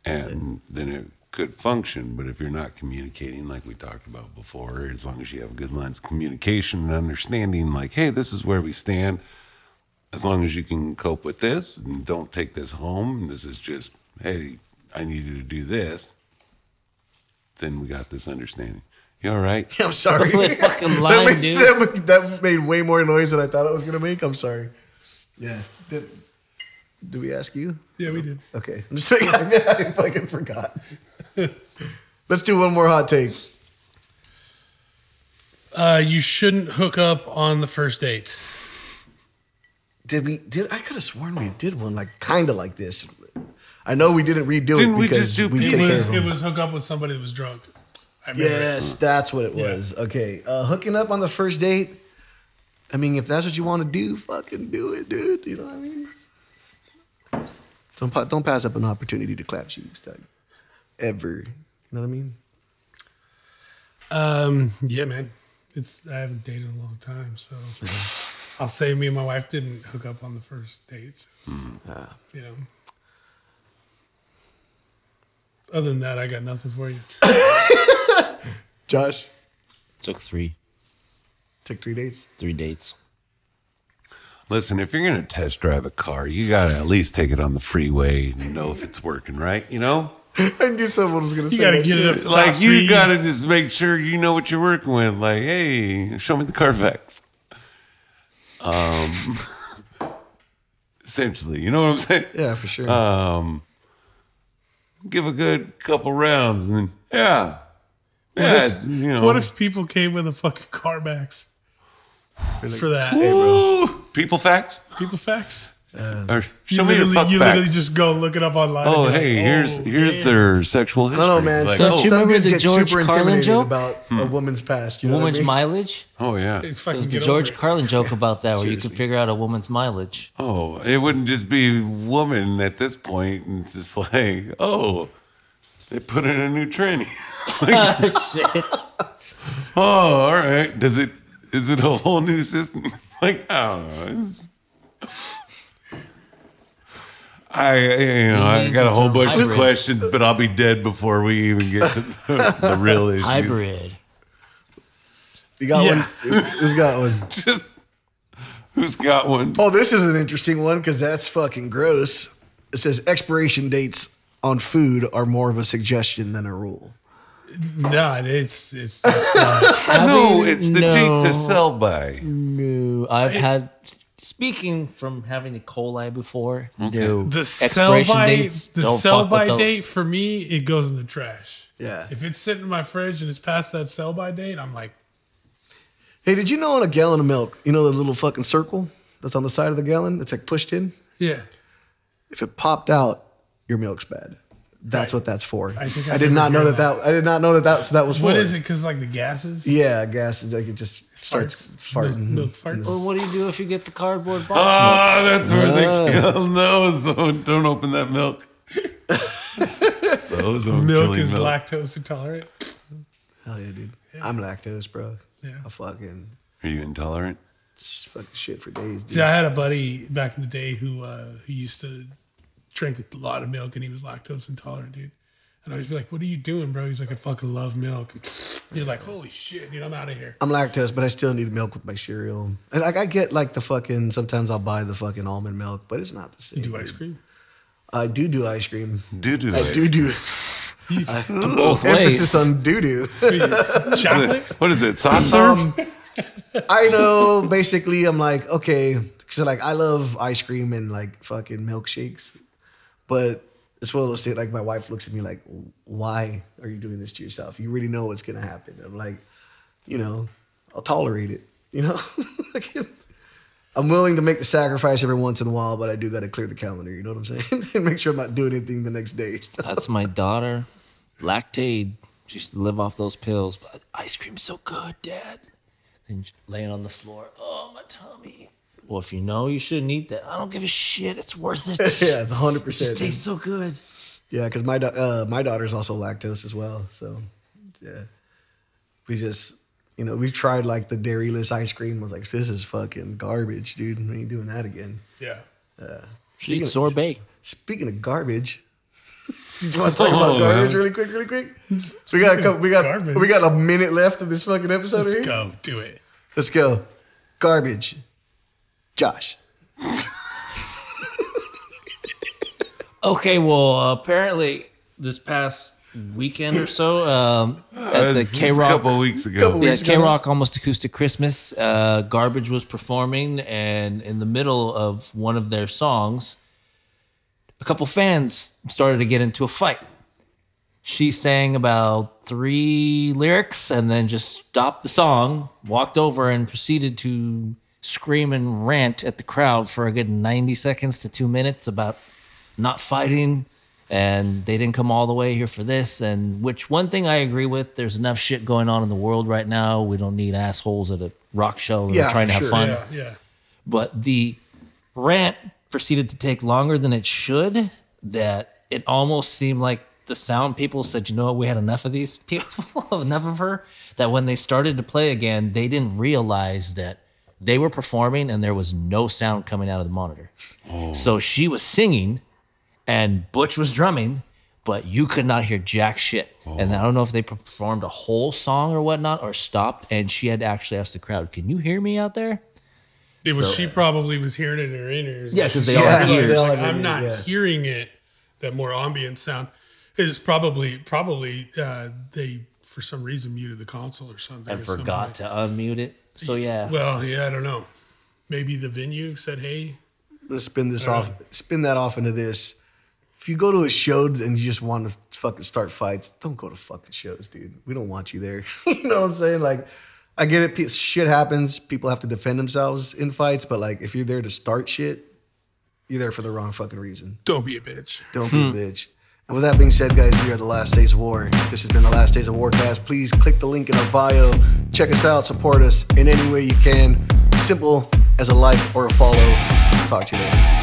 and then it could function but if you're not communicating like we talked about before as long as you have good lines of communication and understanding like hey this is where we stand as long as you can cope with this and don't take this home and this is just hey i need you to do this then we got this understanding you all right
I'm sorry.
Quit
*laughs*
fucking
that,
lying,
made,
dude.
that, made, that made way more noise than I thought it was gonna make. I'm sorry. Yeah. Did, did we ask you?
yeah, we did.
Okay. *laughs* I'm just making, I fucking forgot. *laughs* Let's do one more hot take.
Uh, you shouldn't hook up on the first date.
Did we? Did I could have sworn we did one like kind of like this. I know we didn't redo
Didn't
it
we
because
just do
we take
It
Penis?
care of
was,
them.
it was hook up with somebody that was drunk. I remember it.
Yes, that's what it was. Okay. Uh, hooking up on the first date. I mean, if that's what you want to do, fucking do it, dude. You know what I mean? Don't, pa- don't pass up an opportunity to clap cheeks, Doug. Ever. You know what I mean?
Um, yeah, man. It's I haven't dated in a long time, so I'll say me and my wife didn't hook up on the first date. So, You know. Other than that, I got nothing for you.
Josh,
Took three,
took three dates. *laughs*
three dates.
Listen, if you're gonna test drive a car, you gotta at least take it on the freeway and know if it's working right. You know,
I knew someone was gonna say
You gotta
that
get
shit.
it up. to
like
top
you
speed.
gotta just make sure you know what you're working with. Like, hey, show me the Carfax. Um, *laughs* essentially, you know what I'm saying?
Yeah, for sure.
Uh, Give a good couple rounds, and then yeah, yeah, it's, you know.
What if people came with a fucking CarMax for that?
Ooh, people facts?
People fax.
Or
You
show me your
literally,
fuck
you literally
facts.
just go look it up online. and
Oh,
be like,
hey, here's
"Oh,
here's
damn."
their sexual history.
I don't know, man.
Like,
Some,
oh, Hmm.
you
some
remember
dudes
the
get
George
super
Carlin
intimidated
joke?
about a woman's past. You know
Woman's
what I mean?
mileage.
oh, yeah.
Hey,
It's
fucking
It was the
get
George
over it.
Carlin joke about that, where you could figure out a woman's mileage.
Oh, it wouldn't just be woman at this point. And it's just like, oh, they put in a new tranny. *laughs*
Shit.
Oh, all right. Does it? Is it a whole new system? *laughs* Like, I don't know. It's, I, you know, I
need
got a
some
whole bunch of
hybrid.
questions, but I'll be dead before we even get
*laughs*
to the, the real issues.
Hybrid.
You got
Yeah.
one. Who's got one?
*laughs* just who's got one?
Oh, this is an interesting one because that's fucking gross. It says expiration dates on food are more of a suggestion than a rule.
Nah,
*laughs*
it's it's
No,
Having-
it's the date to sell by.
No, I've had. Speaking from having E. coli before, no.
the sell
Expiration
by
dates,
the
don't
sell
fuck with
by
those.
date for me. It goes in the trash.
Yeah.
If it's sitting in my fridge and it's past that sell by date, I'm like,
Hey, did you know on a gallon of milk, you know the little fucking circle that's on the side of the gallon that's like pushed in?
yeah.
If it popped out, your milk's bad. That's what that's for. I,
think I
did
did
not know
hear
that, that I did not know that that's that was
What
for.
is it? Because like the gases.
Yeah, I guess it's like it just starts
Milk-
farting.
Milk farts.
Well, what do you do if you get the cardboard box? milk?
Ah, that's where they kill *laughs* those. So don't open that milk. It's the ozone
Milk
killing
is
milk.
lactose intolerant.
Hell yeah, dude. I'm lactose, bro.
Yeah.
I fucking
Are you intolerant?
it's fucking shit for days, dude.
See, I had a buddy back in the day who uh, who used to drink a lot of milk, and he was lactose intolerant, dude. And I always be like, "What are you doing, bro?" He's like, "I fucking love milk." You're like, "Holy shit, dude! I'm out of here."
I'm lactose, but I still need milk with my cereal. And like I get like the fucking sometimes I'll buy the fucking almond milk, but it's not the same.
Do ice cream?
I do do ice cream.
Do do
I do do
Both
emphasis
ways.
on doo doo.
Chocolate?
*laughs* What is it? Soft serve?
Um, I know. Basically, I'm like, okay, because like I love ice cream and like fucking milkshakes, but it's one of those things. Like my wife looks at me like, why are you doing this to yourself? You already know what's gonna happen. I'm like, you know, I'll tolerate it. *laughs* You know, Like, I'm willing to make the sacrifice every once in a while, but I do gotta clear the calendar. You know what I'm saying? *laughs* and make sure I'm not doing anything the next day. *laughs*
That's my daughter, lactaid. She used to live off those pills. But ice cream's so good, Dad. Then j- laying on the floor, oh my tummy. Well, if you know you shouldn't eat that, I don't give a shit. It's worth it.
yeah, it's 100.
it just
percent
tastes so good.
Yeah, because my da- uh, my daughter's also lactose as well. So, yeah, we just you know we've tried like the dairyless ice cream. I was like, this is fucking garbage, dude. We ain't doing that again.
Yeah.
She eats sorbet.
Speaking of garbage, *laughs* you want to talk about garbage really quick, really quick? We got a couple, we got
Garbage.
we got a minute left of this fucking episode
Let's
here.
go. Do it.
Let's go. Garbage, Josh.
Okay, well, apparently this past weekend or so, um, at the
It's-
K
it's a
Rock
couple weeks ago.
Yeah,
weeks ago
K
now?
Rock almost acoustic Christmas. Uh, Garbage was performing, and in the middle of one of their songs, a couple fans started to get into a fight. She sang about three lyrics and then just stopped the song, walked over, and proceeded to scream and rant at the crowd for a good 90 seconds to two minutes about not fighting and they didn't come all the way here for this and which one thing i agree with there's enough shit going on in the world right now we don't need assholes at a rock show and
Yeah,
trying to
sure,
have fun
Yeah. Yeah.
but the rant proceeded to take longer than it should that it almost seemed like the sound people said you know what we had enough of these people *laughs* enough of her that when they started to play again they didn't realize that they were performing and there was no sound coming out of the monitor so she was singing and Butch was drumming, but you could not hear jack shit. And I don't know if they performed a whole song or whatnot or stopped. And she had to actually ask the crowd, Can you hear me out there?
It was
So- uh,
she probably was hearing it in her ears.
Yeah, 'cause they
She
all have
realized,
ears.
like,
They all have
I'm
ears,
not
yeah.
hearing it. That more ambient sound is probably probably uh, they for some reason muted the console or something.
and
or something.
forgot to unmute it. So yeah,
Well, yeah, I don't know. Maybe the venue said, "Hey,
Let's spin this off. Spin that off into this. If you go to a show and you just want to fucking start fights, don't go to fucking shows, dude. We don't want you there. *laughs* you know what I'm saying? Like, I get it. pe- Shit happens. People have to defend themselves in fights. But like, if you're there to start shit, you're there for the wrong fucking reason.
don't be a bitch."
Don't be a bitch. And with that being said, guys, we are the Last Days of War. This has been the Last Days of Warcast. Please click the link in our bio. Check us out. Support us in any way you can. Simple as a like or a follow. Talk to you later.